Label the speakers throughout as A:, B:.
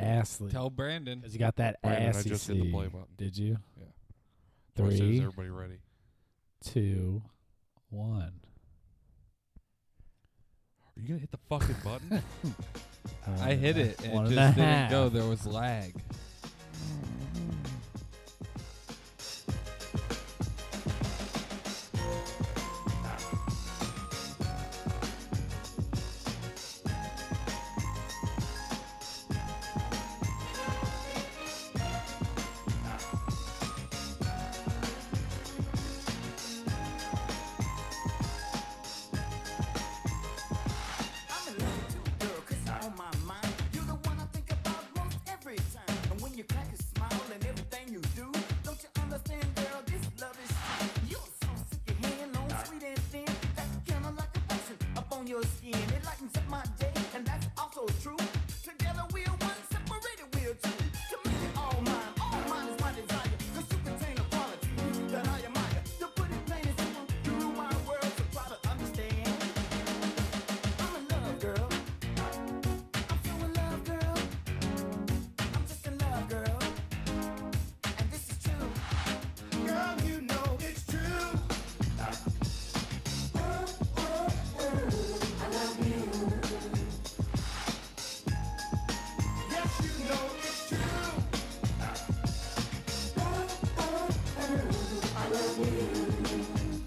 A: Astley
B: Tell Brandon.
A: because you got that
C: Brandon, I
A: assy
C: just hit the
A: seed.
C: play button.
A: Did you?
C: Yeah. Or says
A: Three,
C: everybody ready?
A: two, one.
C: Are you gonna hit the fucking button?
B: I hit it
A: One
B: and it
A: and
B: just
A: a
B: didn't go.
A: half.
B: There was lag.
D: I'm in love with you, girl, 'cause you're on my mind. You're the one I think about most every time. And when you crack a smile and everything you do, don't you understand, girl, this love is true. You're so sick and hand on sweet and thin. That's kinda like a lotion up on your skin. It lightens up my day, and that's also true. Together we're one, separated we're two. To make it all mine, all mine is my desire. 'Cause you contain a quality that I admire. To put it plain and simple, you rule my world, so try to understand. I'm in love, girl. I'm so in love, girl. I'm just in love, girl. And this is true. Girl, you know it's true. I love you. Yes, you know it's true. I love you.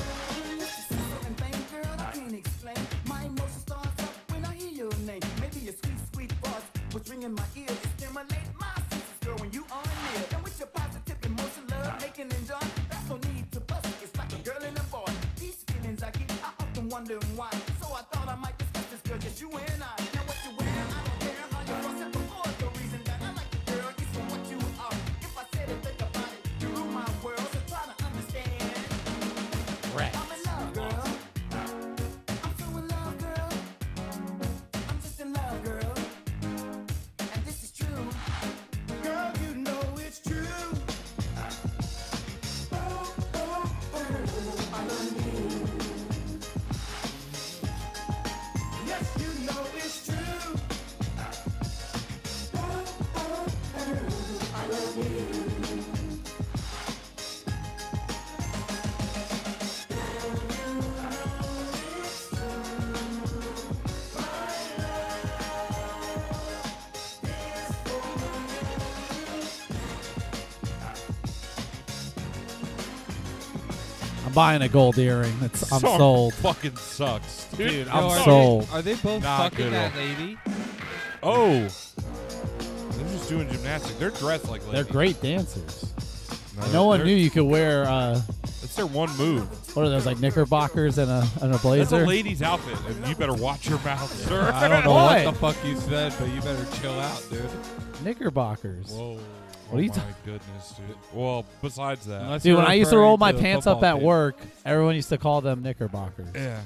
D: Certain things, girl, I can't explain. My emotion starts up when I hear your name. Maybe your sweet, sweet voice was ringing my ears. It stimulates my senses, girl, when you are near. And with your positive emotion, love, making and done, that's no need to bust it. It's like a girl and a boy. These feelings I get, I often wonder why. So I thought I might discuss this, girl, just you and I. Now what you wear, I don't care how you dress it before. The reason that I like you, girl, is for what you are. If I said it, think about it. You rule my world, so try to understand. I'm in love, girl. I'm so in love, girl. I'm just in love, girl. And this is true. Girl, you know it's true. I love you. Yes, you know it's true. I love you.
A: I'm buying a gold earring. That's I'm
C: Song
A: sold.
C: Fucking sucks, dude.
A: Dude,
B: Yo,
A: I'm
B: are they-
A: sold.
B: Are they both
C: Nah,
B: fucking
C: good
B: that lady?
C: Oh, they're just doing gymnastics. They're dressed like
A: They're
C: ladies.
A: great dancers.
C: No,
A: No one
C: they're-
A: knew you could wear uh,
C: It's their one move.
A: what are those like knickerbockers and a and a
C: That's a
A: blazer.
C: lady's outfit, and you better watch your mouth, sir.
B: I don't know
A: What?
B: what? the fuck you said, but you better chill out, dude.
A: knickerbockers.
C: Whoa.
A: What
C: oh
A: are you
C: my
A: ta-
C: goodness, dude. Well, besides that,
B: Unless
A: Dude,
B: you're
A: when I used to roll
B: referring
A: my
B: the
A: pants up
B: football
A: at
B: team.
A: work, everyone used to call them knickerbockers.
C: yeah.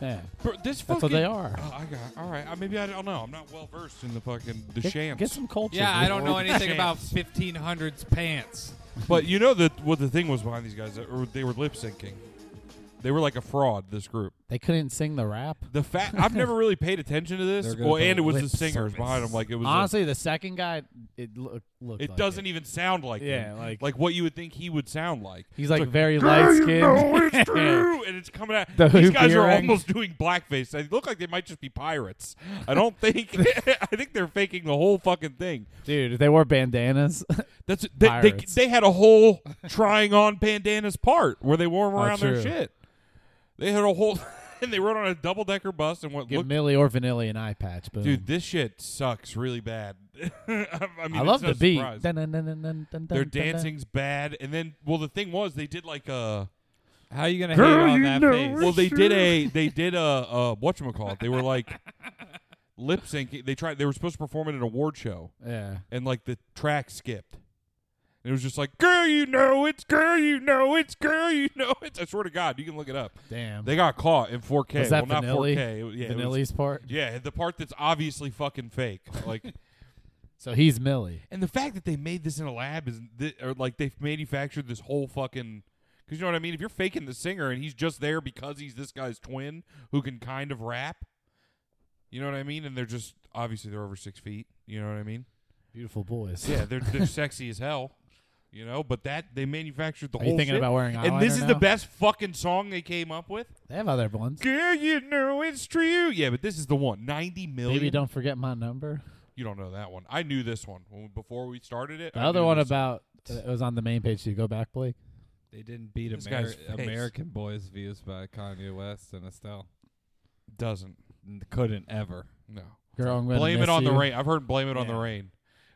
A: Yeah.
C: Bro, this fucking,
A: That's what they are.
C: Oh, I got. All right. Uh, maybe I don't know. I'm not well versed in the fucking the
A: Get,
C: shams.
A: get some culture.
B: Yeah,
A: dude.
B: I don't know
C: World
B: anything about
C: champs.
B: 1500s pants.
C: But you know that what the thing was behind these guys, or they were lip syncing. They were like a fraud. This group.
A: They couldn't sing the rap.
C: The fact I've never really paid attention to this.
B: They're good
C: Well,
B: at the
C: and it was the
B: lip
C: singers
B: service.
C: behind them. Like it was. a-
A: Honestly, the second guy, it look, looked.
C: it
A: like
C: doesn't even sound like.
A: Yeah,
C: them.
A: like-
C: like what you would think he would sound like.
A: He's like very light skinned.
C: it's true, and it's coming out.
A: The
C: These
A: hoop
C: guys are
A: earring.
C: almost doing blackface. They look like they might just be pirates. I don't think. I think they're faking the whole fucking thing.
A: Dude, if they wore bandanas.
C: That's they, they,
A: Pirates.
C: they had a whole trying on bandanas part where they wore them around their
A: Oh, true.
C: shit. They had a whole and they rode on a double decker bus and went
A: Give
C: look.
A: Millie or Vanilli an eye patch, boom.
C: Dude, this shit sucks really bad. I, I mean,
A: Mm. I
C: it's
A: love
C: no
A: the beat.
C: surprise.
A: Dun, dun, dun, dun, dun, dun,
C: Their
A: dun, dun.
C: dancing's bad, and then well, the thing was they did like a
B: How you gonna
A: Girl,
B: hate on
A: you
B: that
A: know
B: face?
C: well they did a they did a, a whatchamacallit. They were like lip syncing. They tried. They were supposed to perform at an award show,
A: Yeah.
C: and like the track skipped. And it was just like, girl, you know it's girl, you know it's girl, you know it's. I swear to God, you can look it up.
A: Damn.
C: They got caught in 4K.
A: was that
C: well, not
A: Vanilli?
C: 4K. It was- yeah, it was-
A: Vanilli's part.
C: yeah, the part that's obviously fucking fake. Like,
A: So he's Millie.
C: and the fact that they made this in a lab is, thi- or like they've manufactured this whole fucking. Because you know what I mean. If you're faking the singer and he's just there because he's this guy's twin who can kind of rap, you know what I mean. And they're just obviously they're over six feet. You know what I mean.
A: Beautiful boys.
C: Yeah, they're they're sexy as hell. You know, but that they manufactured the
A: Are
C: whole.
A: you thinking
C: shit.
A: about wearing eyeliner
C: And this is the
A: now?
C: best fucking song they came up with.
A: They have other ones.
C: Girl, you know it's true. Yeah, but this is the one. Ninety million.
A: Maybe don't forget my number.
C: You don't know that one. I knew this one when, before we started it.
A: The
C: I
A: other
C: knew
A: one
C: this.
A: about uh, it was on the main page. Do you go back, Blake?
B: They didn't beat
C: This guy's
B: Ameri-
C: face.
B: American Boys views by Kanye West and Estelle.
C: doesn't.
B: N- Couldn't ever.
C: No.
A: Girl, I'm gonna
C: Blame
A: miss
C: it on the
A: you.
C: rain. I've heard blame it on the
B: Yeah.
C: rain.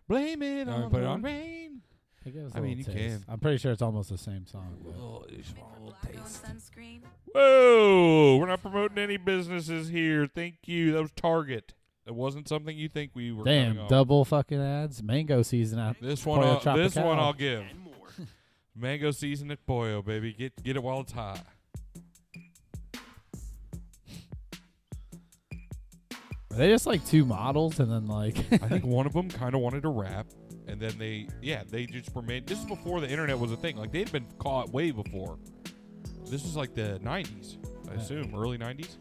C: Blame
B: You want
C: it
B: me
C: on
B: to put
C: the
B: it on?
C: rain.
A: Hey, give us a
C: I mean,
A: little
C: you
A: taste.
C: can.
A: I'm pretty sure it's almost the same song. but-
C: Whoa! We're not promoting any businesses here. Thank you. That was Target. That wasn't something you think we were. coming
A: Damn,
C: up.
A: double fucking ads. Mango season out.
C: This one,
A: Pollo
C: I'll, this one
A: Tropical.
C: I'll give. Mango season at Boyo, baby. Get get it while it's hot.
A: Are they just like two models and then like
C: I think one of them kind of wanted to rap, and then they, yeah, they just remained. This is before the internet was a thing. Like they'd been caught way before. This is like the '90s, I assume, early '90s.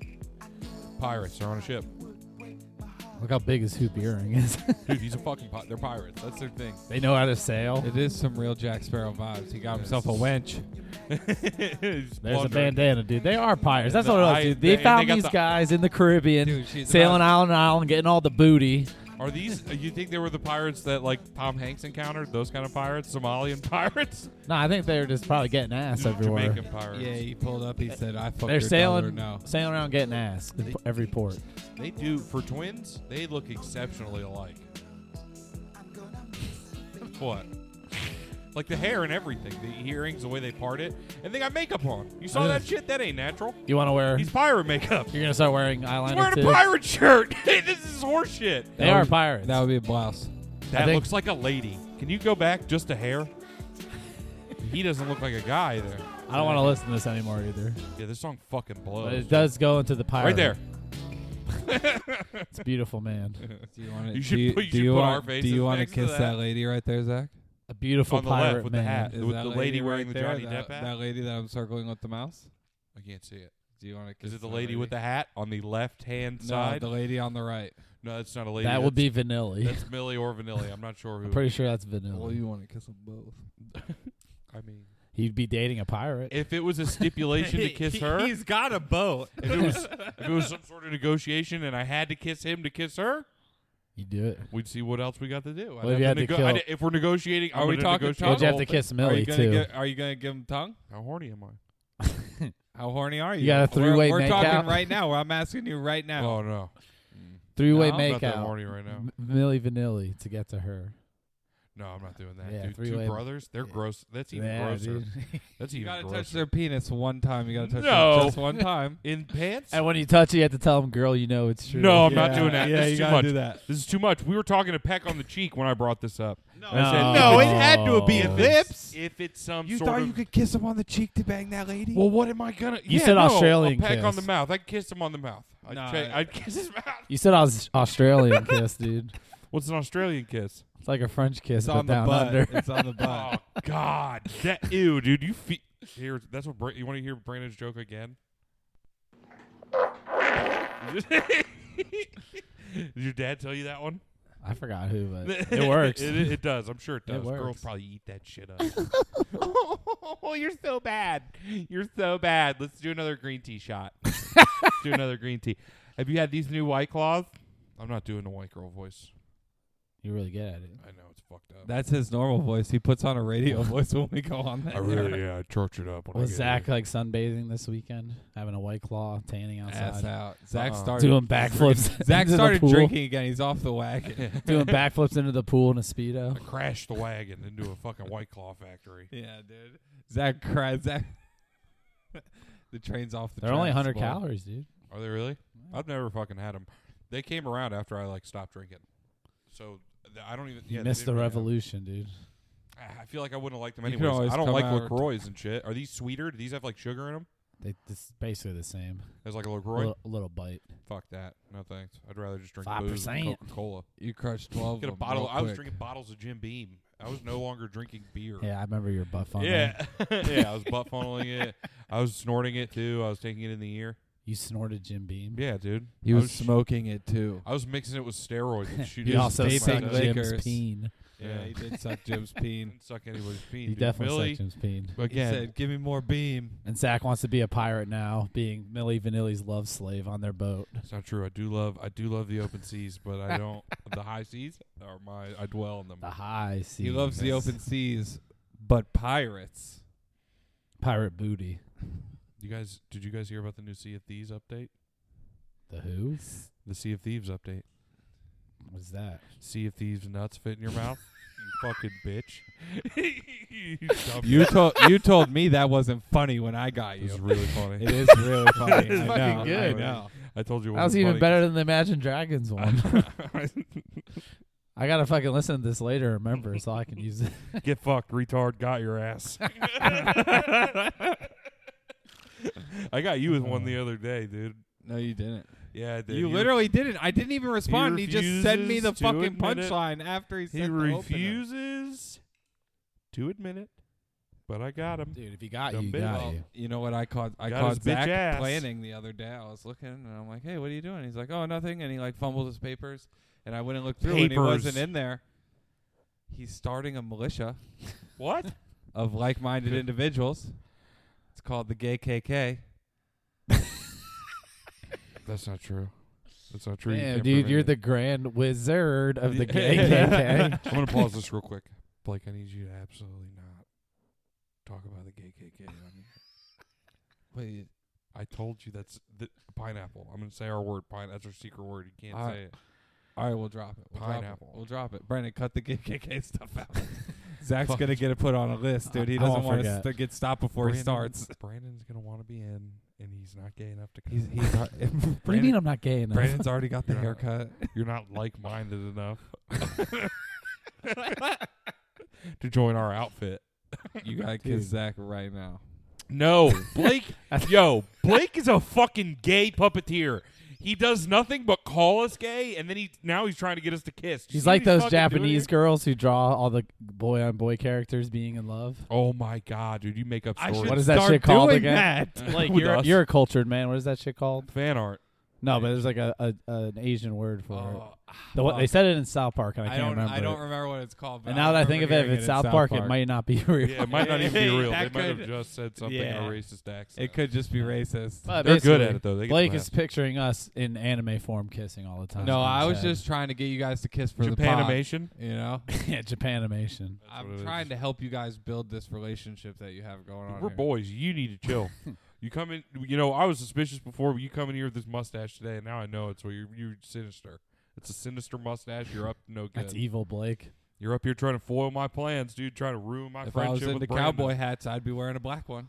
C: Pirates are on a ship,
A: look how big his hoop earring is.
C: dude. He's a fucking. Pi- they're pirates. That's their thing.
A: they know how to sail.
B: It is some real Jack Sparrow vibes. He got himself a wench.
C: There's
A: There's a bandana, dude. They are pirates. That's what it was,
C: I-
A: dude.
C: they-
A: They,
C: they
A: found
C: got
A: these
C: the-
A: guys in the Caribbean,
B: Dude, she's
A: sailing
B: about-
A: island to island, getting all the booty.
C: Are these? You think they were the pirates that like Tom Hanks encountered? Those kind of pirates, Somalian pirates,
A: No, I think they're just probably getting ass everywhere.
C: Jamaican pirates.
B: Yeah, he pulled up. He said, "I fucked
A: They're
B: your daughter
A: sailing,
B: now."
A: sailing around getting ass in p- every port.
C: They do for twins. They look exceptionally alike. What? Like the hair and everything, the earrings, the way they part it, and they got makeup on. You saw that shit? That ain't natural.
A: You want to wear?
C: He's pirate makeup.
A: You're gonna start wearing
C: He's
A: eyeliner
C: wearing a
A: too.
C: pirate shirt. Hey, this is horseshit.
A: They
B: That
A: are
B: would-
A: pirates.
B: That would be a blouse.
C: That
A: think-
C: looks like a lady. Can you go back just a hair? He doesn't look like a guy there.
A: I don't want to listen to this anymore either.
C: Yeah, this song fucking blows.
A: But it does go into the pirate.
C: right there.
A: It's beautiful, man.
B: Do you want to?
C: You should
B: do you,
C: put- you
B: do
C: should
B: you
C: put
B: want,
C: our
B: Do
C: faces
B: you want to
C: next to
B: kiss that.
C: that.
B: lady right there, Zach?
A: A beautiful
C: On the left
A: pirate
C: with the
A: man.
C: hat.
B: Is
C: With
B: that
C: the lady wearing
B: right
C: the
B: there,
C: Johnny
B: that,
C: Depp hat?
B: That lady that I'm circling with the mouse.
C: I can't see it.
B: Do you want to?
C: Is it the lady with the hat on the left hand
B: No,
C: side?
B: the lady on the right.
C: no, that's not a lady.
A: That would
C: That's-
A: be vanilla.
C: That's Millie or Vanilli. I'm not sure who.
A: I'm pretty sure that's vanilla.
B: Well, you want to kiss them both.
C: I mean,
A: He'd be dating a pirate.
C: if it was a stipulation to kiss her, if
B: got a boat.
C: it was if it was some sort of negotiation, and I had to kiss him to kiss her,
A: you do it.
C: we'd see what else we got to do. I'd
A: What if you
C: have
A: had to kill-
C: I'd- if we're negotiating,
B: Are
C: I'm
B: we
C: gonna
B: talking
C: negotiate
B: tongue?
A: You'd
C: the
A: have
C: whole
A: to
C: thing.
A: kiss
B: Are you
A: Millie
B: gonna
A: too.
B: get- are you gonna give him tongue?
C: How horny am I?
B: How horny are you?
A: You got a three-way
B: We're, we're talking
A: makeout?
B: right now. I'm asking you right now.
C: Oh no,
A: Three-way
B: No,
C: I'm not that
A: makeout.
C: horny right now.
A: M- Millie Vanilli to get to her.
C: No, I'm not doing that,
A: Yeah,
C: dude.
A: three-way-
C: Two brothers, they're gross. That's even
A: Yeah,
C: grosser.
A: dude.
C: That's
B: you
C: even
B: gotta
C: grosser.
B: touch their penis one time. You gotta touch
C: No.
B: them just one time.
C: in pants?
A: and when you touch it, you have to tell them, "Girl, you know it's true."
C: No, I'm
B: Yeah,
C: not doing that.
B: yeah,
C: this
B: you
C: is too
B: gotta
C: much.
B: do that.
C: This is too much. We were talking to Peck on the cheek when I brought this up. No, I
A: No.
C: said,
A: Oh, No,
C: if
A: it
C: it's-
A: had to be
C: if it's- If it's some
B: You
C: sort
B: thought
C: of,
B: you could kiss him on the cheek to bang that lady?
C: Well, what am I gonna?
A: You
C: yeah,
A: said
C: no,
A: Australian
C: A peck on the
A: kiss.
C: mouth. I kissed him on the mouth. I'd,
B: Nah.
C: check- I'd kiss his mouth.
A: You said I was Australian kiss, dude.
C: What's an Australian kiss?
A: It's like a French kiss,
B: it's
A: but
B: on the
A: down
B: butt.
A: under.
B: It's on the butt.
C: Oh God, that ew, dude. You feel here? That's what Bra- you want to hear Brandon's joke again. Did your dad tell you that one?
A: I forgot who, but it works.
C: it, it does. I'm sure it
A: It
C: does. Girls
A: works.
C: probably eat that shit up. oh, you're so bad. You're so bad. Let's do another green tea shot. Let's do another green tea. Have you had these new White Claws? I'm not doing the white girl voice.
A: You're really good at it.
C: I know it's fucked up.
B: That's his normal voice. He puts on a radio voice when we go on that.
C: I really, yeah, I tortured up. When I
A: Was
C: get
A: Zach
C: here.
A: like sunbathing this weekend, having a white claw, tanning
B: ass
A: outside,
B: out. Zach
C: Uh-uh.
B: started
A: doing backflips?
B: Zach
A: into the
B: started
A: pool,
B: drinking again. He's off the wagon.
A: doing backflips into the pool in a speedo.
C: I crashed the wagon into a fucking White Claw factory.
B: yeah, dude. Zach cried. Zach. the train's off the.
A: They're only
B: tracks,
A: 100
B: boy.
A: calories, dude.
C: Are they really? I've never fucking had them. They came around after I like stopped drinking. So th- I don't even.
A: You
C: Yeah, they
A: missed the
C: didn't really have 'em.
A: revolution, dude.
C: Ah, I feel like I wouldn't have liked them
B: You could
C: anyways.
B: always
C: I don't
B: come
C: like
B: out-
C: Lacroix and shit. Are these sweeter? Do these have like sugar in them?
A: They, it's basically the same.
C: There's like a
A: A
C: Lacroix.
A: little, a little bite.
C: Fuck that. No thanks. I'd rather just drink booze
A: 5%.
C: and Coca Cola.
B: You crushed twelve.
C: Get a
B: of 'em
C: bottle.
B: real
C: I was
B: quick.
C: drinking bottles of Jim Beam. I was no longer drinking beer.
A: Yeah, I remember your butt funnel.
C: Yeah, yeah. I was butt funneling it. I was snorting it too. I was taking it in the ear.
A: You snorted Jim Beam.
C: Yeah, dude.
B: He
C: I
B: was,
C: was sh-
B: smoking it too.
C: I was mixing it with steroids and
A: He
C: shooting. it
A: also
C: with
A: sucked
B: vaping
C: my-
A: Jim's
B: liquors.
A: peen.
C: Yeah,
B: he
C: he
B: did suck Jim's peen.
C: didn't suck anybody's peen.
A: He
C: dude.
A: definitely
C: Millie,
A: sucked Jim's peen.
C: again.
B: He said, "Give me more beam."
A: And Zach wants to be a pirate now, being Millie Vanilli's love slave on their boat.
C: it's not true. I do love. I do love the open seas, but I don't. the high seas are my. I dwell in them.
B: Ah.
A: The high seas.
B: He loves the open seas, but pirates.
A: pirate booty.
C: You guys, did you guys hear about the new Sea of Thieves update?
A: The who?
C: The Sea of Thieves update.
A: What's that?
C: Sea of Thieves nuts fit in your mouth. you fucking bitch. you dumb
B: You told you told me that wasn't funny when I got
C: It was
B: you.
C: really funny.
B: It is really funny.
A: It's
B: I
A: fucking
B: know,
A: good.
B: I know.
C: I told you. It
A: That was
C: wasn't
A: even
C: funny.
A: better than the Imagine Dragons one. I gotta fucking listen to this later, remember, so I can use it.
C: Get fucked, retard. Got your ass. I got you with one the other day, dude.
B: No, you didn't.
C: Yeah, I did.
B: You
C: He-
B: literally didn't. I didn't even respond. He, just sent me the
C: refuses to
B: fucking
C: admit it.
B: punchline after he said
C: He
B: the opener.
C: refuses to admit it, but I got him.
A: Dude, if you got
C: you, you got
B: Well, you know what I caught? I
C: Got his
B: caught
C: bitch
B: Zach
C: ass.
B: planning the other day. I was looking and I'm like, "Hey, what are you doing?" He's like, "Oh, nothing." And he like fumbled his papers, and I went and looked through, and he
C: Papers.
B: wasn't in there. He's starting a militia
C: What?
B: of like-minded individuals. It's called the Gay KK.
C: That's not true. That's not true. You
A: Damn,
C: can't
A: dude,
C: prove
A: you're
C: anything.
A: the grand wizard of the gay
C: Yeah.
A: KKK.
C: I'm gonna pause this real quick. Blake, I need you to absolutely not talk about the gay KK on here.
B: Wait,
C: I told you that's the pineapple. I'm gonna say our word pine. That's our secret word. You can't
A: Uh,
B: All
C: say
B: right.
C: it.
B: all right, we'll drop it. We'll
C: Pineapple.
B: Drop it. We'll drop it. Brandon, cut the Gay KK stuff out. Zach's gonna get it put on a list, dude. He
A: I
B: doesn't
A: won't
B: want us
A: forget.
B: to get stopped before he
C: Brandon-
B: starts.
C: Brandon's gonna want to be in, and he's not gay enough to. Come.
B: He's he's. al-
A: what do you mean
B: Brandon-
A: I'm not gay enough?
B: Brandon's already got the
C: You're not-
B: haircut.
C: you're not like-minded enough to join our outfit.
B: You gotta
A: Dude.
B: kiss Zach right now.
C: No, Blake. yo, Blake is a fucking gay puppeteer. He does nothing but call us gay, and then he now he's trying to get us to kiss. You
A: She's
C: see what
A: like those
C: fucking doing
A: Japanese
C: here?
A: girls who draw all the boy on boy characters being in love.
C: Oh my god, dude! You make up stories.
A: What is that shit called again?
C: Like, With
A: you're,
C: us.
A: you're a cultured man. What is that shit called?
C: fan art?
A: No, but there's like a, a an Asian word for it.
B: Oh,
A: The one, they
B: fuck.
A: said it in South Park, and I,
B: I
A: can't
B: don't.
A: remember.
B: I don't
A: it.
B: remember what it's called. But
A: and now that I think of it, if it's South, Park, it might not be real.
C: Yeah, it might not even be real. They
B: That
C: might have
B: could-
C: just said something
B: yeah.
C: a racist accent.
B: It could just be racist.
A: But
C: They're good
A: Uh, basically,
C: at it though. They get
A: Blake
C: the
A: is picturing us in anime form kissing all the time.
B: no,
A: in
B: I
A: his
B: was
A: head.
B: just trying to get you guys to kiss for the pod,
C: Japanimation.
B: You know,
A: yeah, Japanimation.
C: That's what
B: I'm
C: it
B: trying
C: is.
B: to help you guys build this relationship that you have going on.
C: We're
B: here.
C: boys. You need to chill. you come in. You know, I was suspicious before, but you come in here with this mustache today, and now I know it's where you're, you're sinister. It's a sinister mustache. You're up to no good.
A: That's evil, Blake.
C: You're up here trying to foil my plans, dude. Trying to ruin my
B: If I was
C: friendship
B: into
C: with Brandon.
B: cowboy hats, I'd be wearing a black one.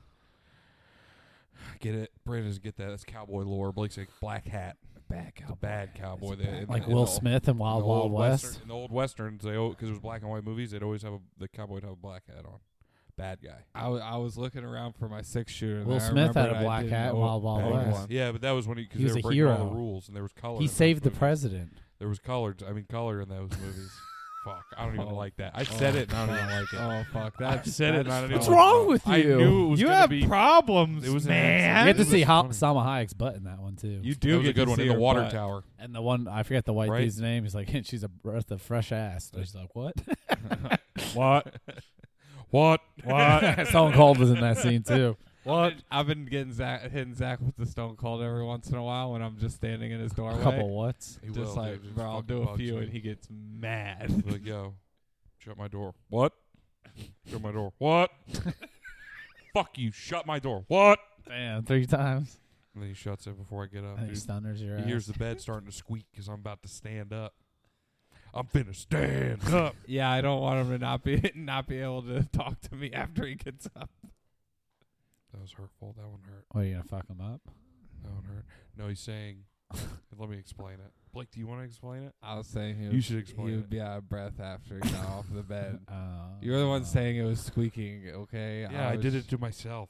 C: I get it. Brandon doesn't get that. That's cowboy lore. Blake's like black hat.
B: Bad
C: It's a bad
B: It's
C: cowboy.
B: a
C: They-
B: bad-
C: in the-
A: Like
C: in
A: Will
C: the-
A: Smith in
C: in
A: Wild
C: the
A: Wild
C: old
A: West.
C: Western- in the old westerns, they because it was black and white movies, they'd always have a, the cowboy would have a black hat on. Bad guy.
B: I, w- I was looking around for my six shooter.
A: Will
B: and I
A: Smith had
B: remembered
A: a
B: I
A: black
B: didn't
A: hat in
B: own-
A: Wild Wild
B: own
A: West.
B: one.
C: Yeah, but that was when he because
A: He was
C: they were
A: a
C: breaking all the
A: hero.
C: rules and there was color.
A: He
C: in those
A: saved the
C: movies.
A: president.
C: There was colored. I mean, color in those movies. Fuck, I don't even
B: Oh.
C: like that. I said
B: Oh,
C: it. and I don't even like it.
B: Oh fuck! That's
C: said it,
B: that's
C: and I
B: fucked
C: don't even
A: What's
C: like
B: up.
A: wrong
C: it.
A: with
C: I
A: you?
C: knew it was
B: You
C: gonna
B: have
C: be.
B: problems,
C: It was an
B: man.
A: You
C: accident.
A: have to
C: It
A: see
C: was
A: ha-
C: funny.
A: Salma Hayek's butt in that one too.
B: You
C: That
B: do
C: was
B: get
C: a good
B: to
C: one
B: see
C: in the
B: her
C: water
B: butt.
C: tower.
A: and the one I forget the white
C: Right?
A: dude's name. He's like, she's a breath of fresh ass. And She's like, what?
C: What? what? What?
A: Stone Cold was in that scene too.
B: Well, I've been getting Zach, hitting Zach with the Stone Cold every once in a while when I'm just standing in his doorway.
A: A couple what's?
C: He
B: just
C: will,
B: like,
C: dude. Just
B: bro, I'll
C: fucking
B: do a
C: bugs
B: few,
C: me.
B: and he gets mad.
C: Be like, yo, shut my door. What? Shut my door. What? Fuck you. Shut my door. What?
A: Damn, three times.
C: And then he shuts it before I get up.
A: And he
C: Oh, dude.
A: stunners your
C: He
A: ass.
C: hears the bed starting to squeak because I'm about to stand up. I'm finna stand up.
B: yeah, I don't want him to not be not be able to talk to me after he gets up.
C: That was hurtful. That one hurt.
A: What are you gonna fuck him up?
C: That one hurt. No, he's saying Let me explain it. Blake, do you want to explain it?
B: I was saying he
C: You
B: was-
C: should explain
B: He
C: it.
B: would be out of breath after he got off the bed.
A: Uh,
B: You're the one saying it was squeaking. Okay.
C: Yeah, I,
B: was-
C: did it to myself.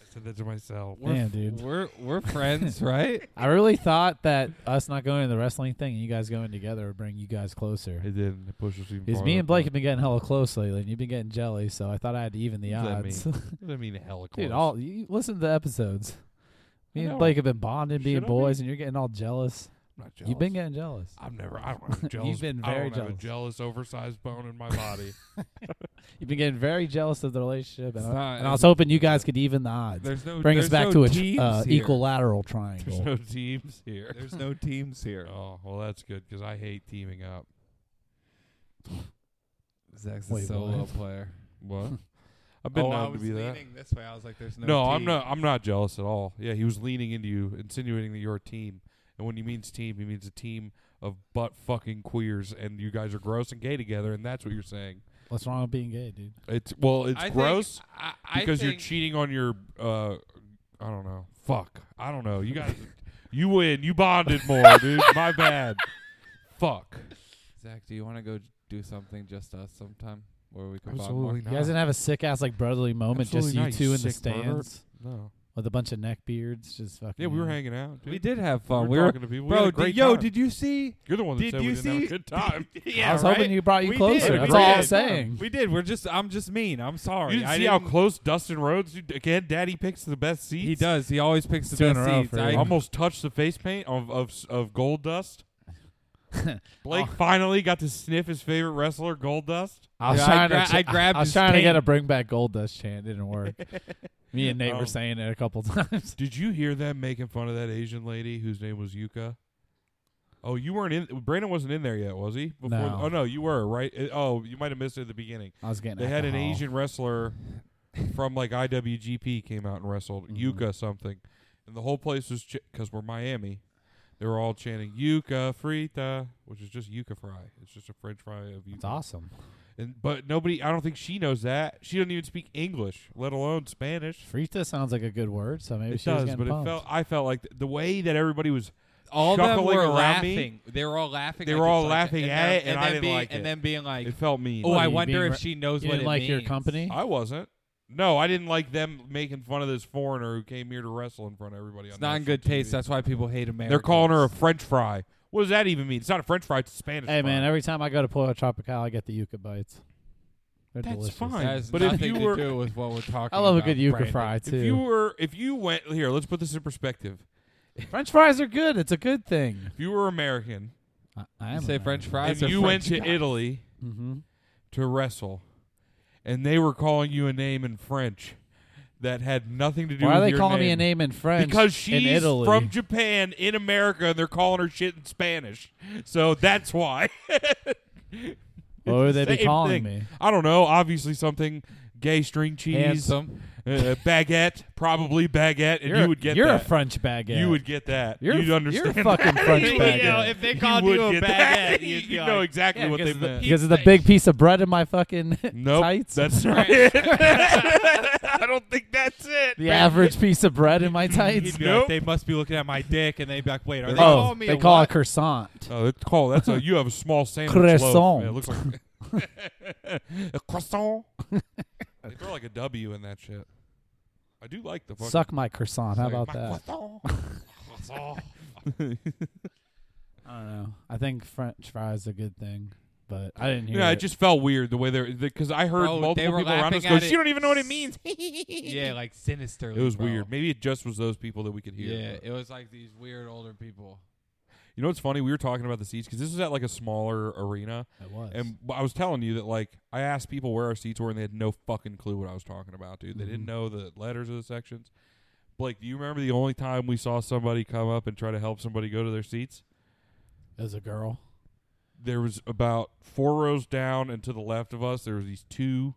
C: I said that to myself.
B: We're
A: Damn,
B: f-
A: dude.
B: We're we're friends, right?
A: I really thought that us not going to the wrestling thing and you guys going together would bring you guys closer.
C: It did. It pushed us even
A: Because
C: farther
A: me and Blake have
C: apart.
A: been getting hella close lately, and you've been getting jelly, so I thought I had to even the
C: What
A: odds.
C: does that What do I mean, hella close.
A: Dude, all you listen to the episodes. Me
C: I
A: and
C: know.
A: Blake have been bonding, being
C: Should I be?
A: boys, and you're getting all jealous.
C: I'm not jealous.
A: You've been getting jealous.
C: I'm never. I don't have a jealous.
A: been
C: I
A: very
C: don't Have a
A: jealous.
C: jealous, oversized bone in my body.
A: You've been getting very jealous of the relationship, and,
B: It's
A: I,
B: not-
A: and I was hoping you guys could even the odds.
B: There's no
A: Bring us
B: there's
A: back to
B: no
A: a
B: teams
A: tr- uh,
B: here.
A: equilateral
C: There's
A: triangle.
C: no teams here.
B: There's no teams here.
C: Oh well, that's good because I hate teaming up.
B: Zach's
A: Wait,
B: a solo
A: what?
B: player.
C: What? I've been
B: oh, I
C: known to
B: was
C: be that.
B: leaning this way. I was like, "There's no."
C: No, I'm
B: team.
C: not. I'm not jealous at all. Yeah, he was leaning into you, insinuating that you're a team. And when he means team, he means a team of butt fucking queers, and you guys are gross and gay together, and that's what you're saying.
A: What's wrong with being gay, dude?
C: It's well, it's
B: I think-
C: gross
B: I, I
C: because you're
B: think-
C: cheating on your. uh I don't know. Fuck. I don't know. You guys, you win. You bonded more, dude. My bad. Fuck.
B: Zach, do you want to go j- do something just us sometime where we can bond more?
C: Absolutely
A: You guys didn't
C: not.
A: have a sick ass like brotherly moment,
C: Absolutely not,
A: just
C: you
A: you two in the
C: sick pervert.
A: stands
C: No.
A: with a bunch of neck beards, just fucking.
C: Yeah, we were hanging out. Dude.
B: Mm-hmm. We did have fun. We
C: We were
B: were,
C: talking to people. We
B: bro.
C: had a
B: did-
C: great
B: yo,
C: time.
B: did you see?
C: You're the one that
B: Did
C: said
B: you
C: we didn't have
B: see-
C: a good time.
A: I was hoping you brought you closer.
B: did.
A: That's
B: We
A: all I'm
B: did.
A: saying.
B: We did. We're just. I'm just mean. I'm sorry.
C: You didn't
B: I
C: see how
B: didn't-
C: close Dustin Rhodes again. Daddy picks the best seats.
B: he does. He always picks the
A: Two in
B: best
A: a row
B: seats.
A: for
B: I,
A: you.
C: Almost touched the face paint of of, of Gold Dust. Blake
B: Oh.
C: finally got to sniff his favorite wrestler, Gold Dust.
A: I was
B: Yeah, I
A: trying
B: gra-
A: to.
B: I grabbed
A: I was
B: his
A: trying to get
B: cane.
A: a bring back gold dust chant. Didn't work. Me and Nate
C: Um,
A: were saying it a couple times.
C: Did you hear them making fun of that Asian lady whose name was Yuka? Oh, you weren't in. Brandon wasn't in there yet, was he?
A: No.
C: Oh no, you were right. Uh, oh, you might have missed it at the beginning.
A: I was getting.
C: They had an
A: alcohol.
C: Asian wrestler from like IWGP came out and wrestled
A: Mhm.
C: Yuka something, and the whole place was because we're Miami. They were all chanting Yuka Frita, which is just Yuka fry. It's just a French fry of Yuka.
A: It's awesome.
C: And but nobody, I don't think she knows that. She doesn't even speak English, let alone Spanish.
A: Frita sounds like a good word, so maybe
C: it
A: she was
C: does,
A: getting
C: but
A: pumped.
C: it felt. I felt like th- the way that everybody was.
B: all them
C: shuffling
B: were
C: around me.
B: laughing. They were all laughing.
C: They
B: at
C: were
B: you,
C: all
B: like,
C: laughing
B: and
C: at
B: then-
C: it, and I
B: then
C: didn't
B: being,
C: like it.
B: And then being like,
C: It felt mean.
B: "Oh,
A: What,
B: I
A: you
B: wonder
A: being
B: if
A: re-
B: she knows
A: you
B: what
A: didn't
B: it
A: like your
B: means."
A: company.
C: I wasn't. No, I didn't like them making fun of this foreigner who came here to wrestle in front of everybody.
B: It's
C: on
B: not in
C: national
B: good taste.
C: TV.
B: That's why people hate America.
C: They're calling her a French fry. What does that even mean? It's not a French fry. It's a Spanish.
A: hey
C: fry.
A: man, every time I go to Pollo Tropical, I get the yuca bites. They're
C: That's
A: delicious.
C: fine.
B: That has
C: But if
B: nothing
C: you
B: to
C: were-
B: do with what we're talking.
A: I love a
B: about,
A: good yuca
B: Brandon.
A: fry too.
C: if you were, if you went here, let's put this in perspective.
A: French fries are good. It's a good thing.
C: If you were American
A: I, I am
B: You say
A: American.
B: French fries.
C: and
B: or
C: you
B: French
C: went to
B: fries?
C: Italy Mm-hmm.
A: Mhm.
C: to wrestle, and they were calling you a name in French that had nothing to do.
A: Why
C: with
A: are they
C: your
A: calling me a name in French?
C: Because she's
A: in Italy.
C: from Japan in America, and they're calling her shit in Spanish. So that's why.
A: What would they be
C: Same
A: calling
C: thing.
A: me?
C: I don't know. Obviously, something gay string cheese, uh,
B: Handsome.
C: baguette, probably baguette, and
A: You're,
C: you
A: a-
C: would get
A: you're
C: that.
A: a French baguette.
C: You would get that.
A: You're,
C: You'd understand.
A: You're a fucking
C: that.
A: French
C: You
A: baguette.
E: if they
C: You
E: called you,
C: would
E: a
C: get
E: baguette,
C: that.
E: you'd be
C: You know
E: like,
C: exactly
B: yeah,
C: what they
B: because the
C: meant.
A: because of the big piece of bread in my fucking
C: Nope,
A: tights.
C: that's not it. I don't think that's it.
A: the average piece of bread in my tights.
E: He'd be
C: Nope.
E: like, they must be looking at my dick, and they'd be like, wait, are they
A: oh,
E: calling me
A: they
E: a
A: call
E: what?
A: it croissant.
C: Oh, it's called. That's a you have a small sandwich. Loaf.
A: Croissant.
C: It looks like a croissant. they throw like a W in that shit. I do like the fucking
A: Suck my croissant. How
C: It's like,
A: about that?
C: "My croissant." Croissant.
A: I don't know. I think French fries a good thing, but I didn't hear.
C: Yeah,
A: it.
C: it just felt weird the way they're because I heard
B: Bro, they
C: multiple
B: were
C: people around
B: laughing
C: us go,
B: at it.
C: "You don't even know what it means."
E: Yeah, like sinisterly.
C: It was
E: bro.
C: weird. Maybe it just was those people that we could hear.
B: Yeah,
C: but-
B: it was like these weird older people.
C: You know what's funny? We were talking about the seats because this was at like a smaller arena,
A: it was.
C: and b- I was telling you that like I asked people where our seats were, and they had no fucking clue what I was talking about, dude. They didn't
A: Mhm.
C: know the letters of the sections. Blake, do you remember the only time we saw somebody come up and try to help somebody go to their seats?
A: As a girl,
C: There was about four rows down and to the left of us, there was these two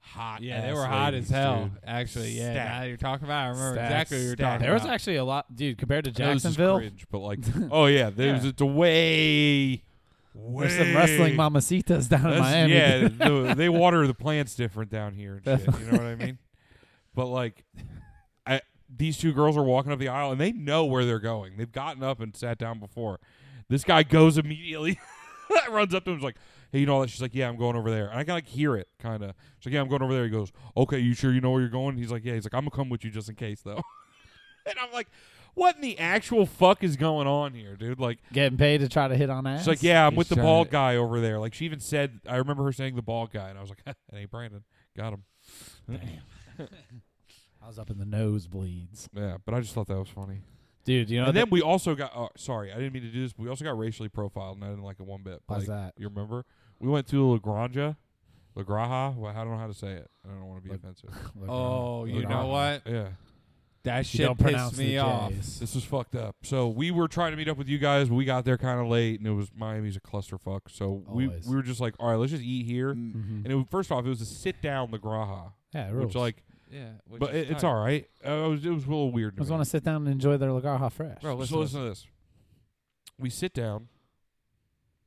C: hot.
B: Yeah, they
C: ass
B: were hot
C: ladies,
B: as hell.
C: dude.
B: Actually, yeah.
C: Stacked.
B: Now that you're talking about, it, I remember
C: Stacked,
B: exactly what you're
C: stacked.
B: talking
A: there was
B: about.
A: actually a lot, dude. Compared to
C: I know this is
A: Jacksonville,
C: cringe, but like, oh yeah, there's
B: Yeah.
C: it's a way.
A: there's
C: way-
A: some wrestling mamacitas down in
C: That's-
A: Miami.
C: Yeah, the, they water the plants different down here and shit. You know what I mean? But like, I these two girls are walking up the aisle and they know where they're going. They've gotten up and sat down before. This guy goes immediately, runs up to him, is like, "Hey, you know all that?" She's like, "Yeah, I'm going over there." And I can like hear it, kind of. She's like, "Yeah, I'm going over there." He goes, "Okay, you sure you know where you're going?" He's like, "Yeah." He's like, "I'm gonna come with you just in case, though." and I'm like, "What in the actual fuck is going on here, dude?" Like,
A: Getting paid to try to hit on ass.
C: She's like, yeah, I'm
B: He's
C: with the
B: trying
C: bald
B: to-
C: guy over there. Like she even said, I remember her saying the bald guy, and I was like, it ain't Brandon. Got him.
A: I was up in the nosebleeds,
C: Yeah, but I just thought that was funny.
A: dude. You know
C: and
A: that-
C: then we also got. Oh, sorry, I didn't mean to do this. But we also got racially profiled, and I didn't like it one bit.
A: How's
C: Like,
A: that?
C: You remember? We went to La Granja, La Graja. Well, I don't know how to say it. I don't want to be
A: La-
C: offensive.
A: Look,
C: uh,
B: Oh,
A: man.
B: you
A: Look,
B: know
A: I'm-
B: what?
C: Yeah,
B: That
A: You
B: shit
A: don't pronounce
B: pissed
A: the
B: me off.
A: J's.
C: this was fucked up. So we were trying to meet up with you guys, but we got there kind of late, and it was Miami's a clusterfuck. So
A: Always.
C: we we were just like, all right, let's just eat here.
A: Mhm.
C: And it, was- first off, it was a sit down La Graja,
A: Yeah, it
C: Mm-hmm. which
A: rules.
C: like
B: Yeah, which
C: but
B: is
C: it, it's
B: tight.
C: all right. Uh, it, was, it was a little
A: I
C: weird. To
A: just
C: me.
A: want to sit down and enjoy their Lagarha fresh.
B: Bro, listen
C: so
B: to
C: listen to this. We sit down.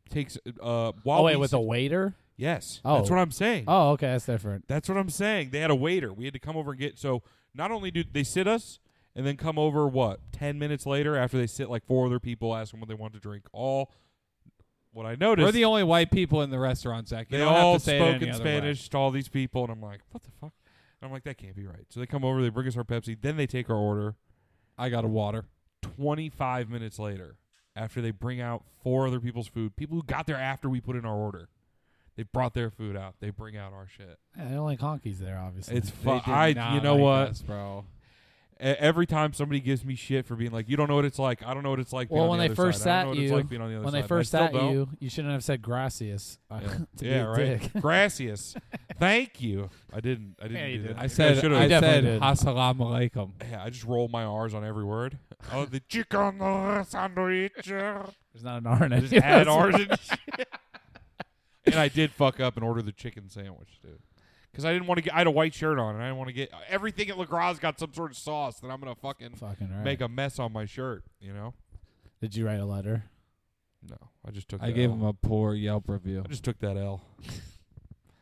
C: Takes uh while
A: oh wait,
C: we
A: with
C: sit-
A: a waiter?
C: yes.
A: Oh.
C: That's what I'm saying.
A: Oh, okay, that's different.
C: That's what I'm saying. They had a waiter. We had to come over and get. So not only do they sit us and then come over what ten minutes later after they sit like four other people, ask them what they want to drink. All what I noticed.
B: We're the only white people in the restaurant, Zach. You
C: they
B: don't
C: all
B: have to say it
C: spoke
B: any
C: in
B: other way.
C: Spanish to all these people, and I'm like, what the fuck? And I'm like, that can't be right. So they come over, they bring us our Pepsi, then they take our order.
B: I got a water.
C: 25 minutes later after they bring out four other people's food people who got there after we put in our order they brought their food out they bring out our shit
A: Yeah, they don't like honkies there, obviously.
C: it's
B: They
C: fun
B: did
C: i
B: not
C: you know
B: like
C: what
B: us, bro?
C: E- every time somebody gives me shit for being like you don't know what it's like i don't know what it's like being
A: Well,
C: on
A: when
C: the
A: they
C: other
A: first
C: side. I
A: at
C: don't know what it's
A: you-
C: like being on the other
A: when
C: side
A: they
C: And
A: first
C: I still
A: at
C: don't.
A: you, you shouldn't have said gracias uh,
C: Yeah.
A: to be
C: yeah
A: a
C: right
A: dick.
C: gracias thank you i didn't i didn't
A: Yeah, you
C: do
A: did. I
C: that
B: I
C: Maybe
B: said,
C: should've-
B: I, said,
A: definitely did.
B: "Assalamu alaikum."
C: yeah, I just rolled my R's on every word. Oh, the chicken uh, sandwich. uh.
A: There's not an R in
C: I
A: it.
C: just add ours and shit. And I did fuck up and order the chicken sandwich, dude. Because I didn't want to get. I had a white shirt on, and I didn't want to get everything at Lagrange's got some sort of sauce that I'm gonna fucking
A: Fucking right.
C: make a mess on my shirt. You know?
A: Did you write a letter?
C: No, I just took.
B: I
C: that
B: gave
C: L.
B: him a poor Yelp review.
C: I just took that L.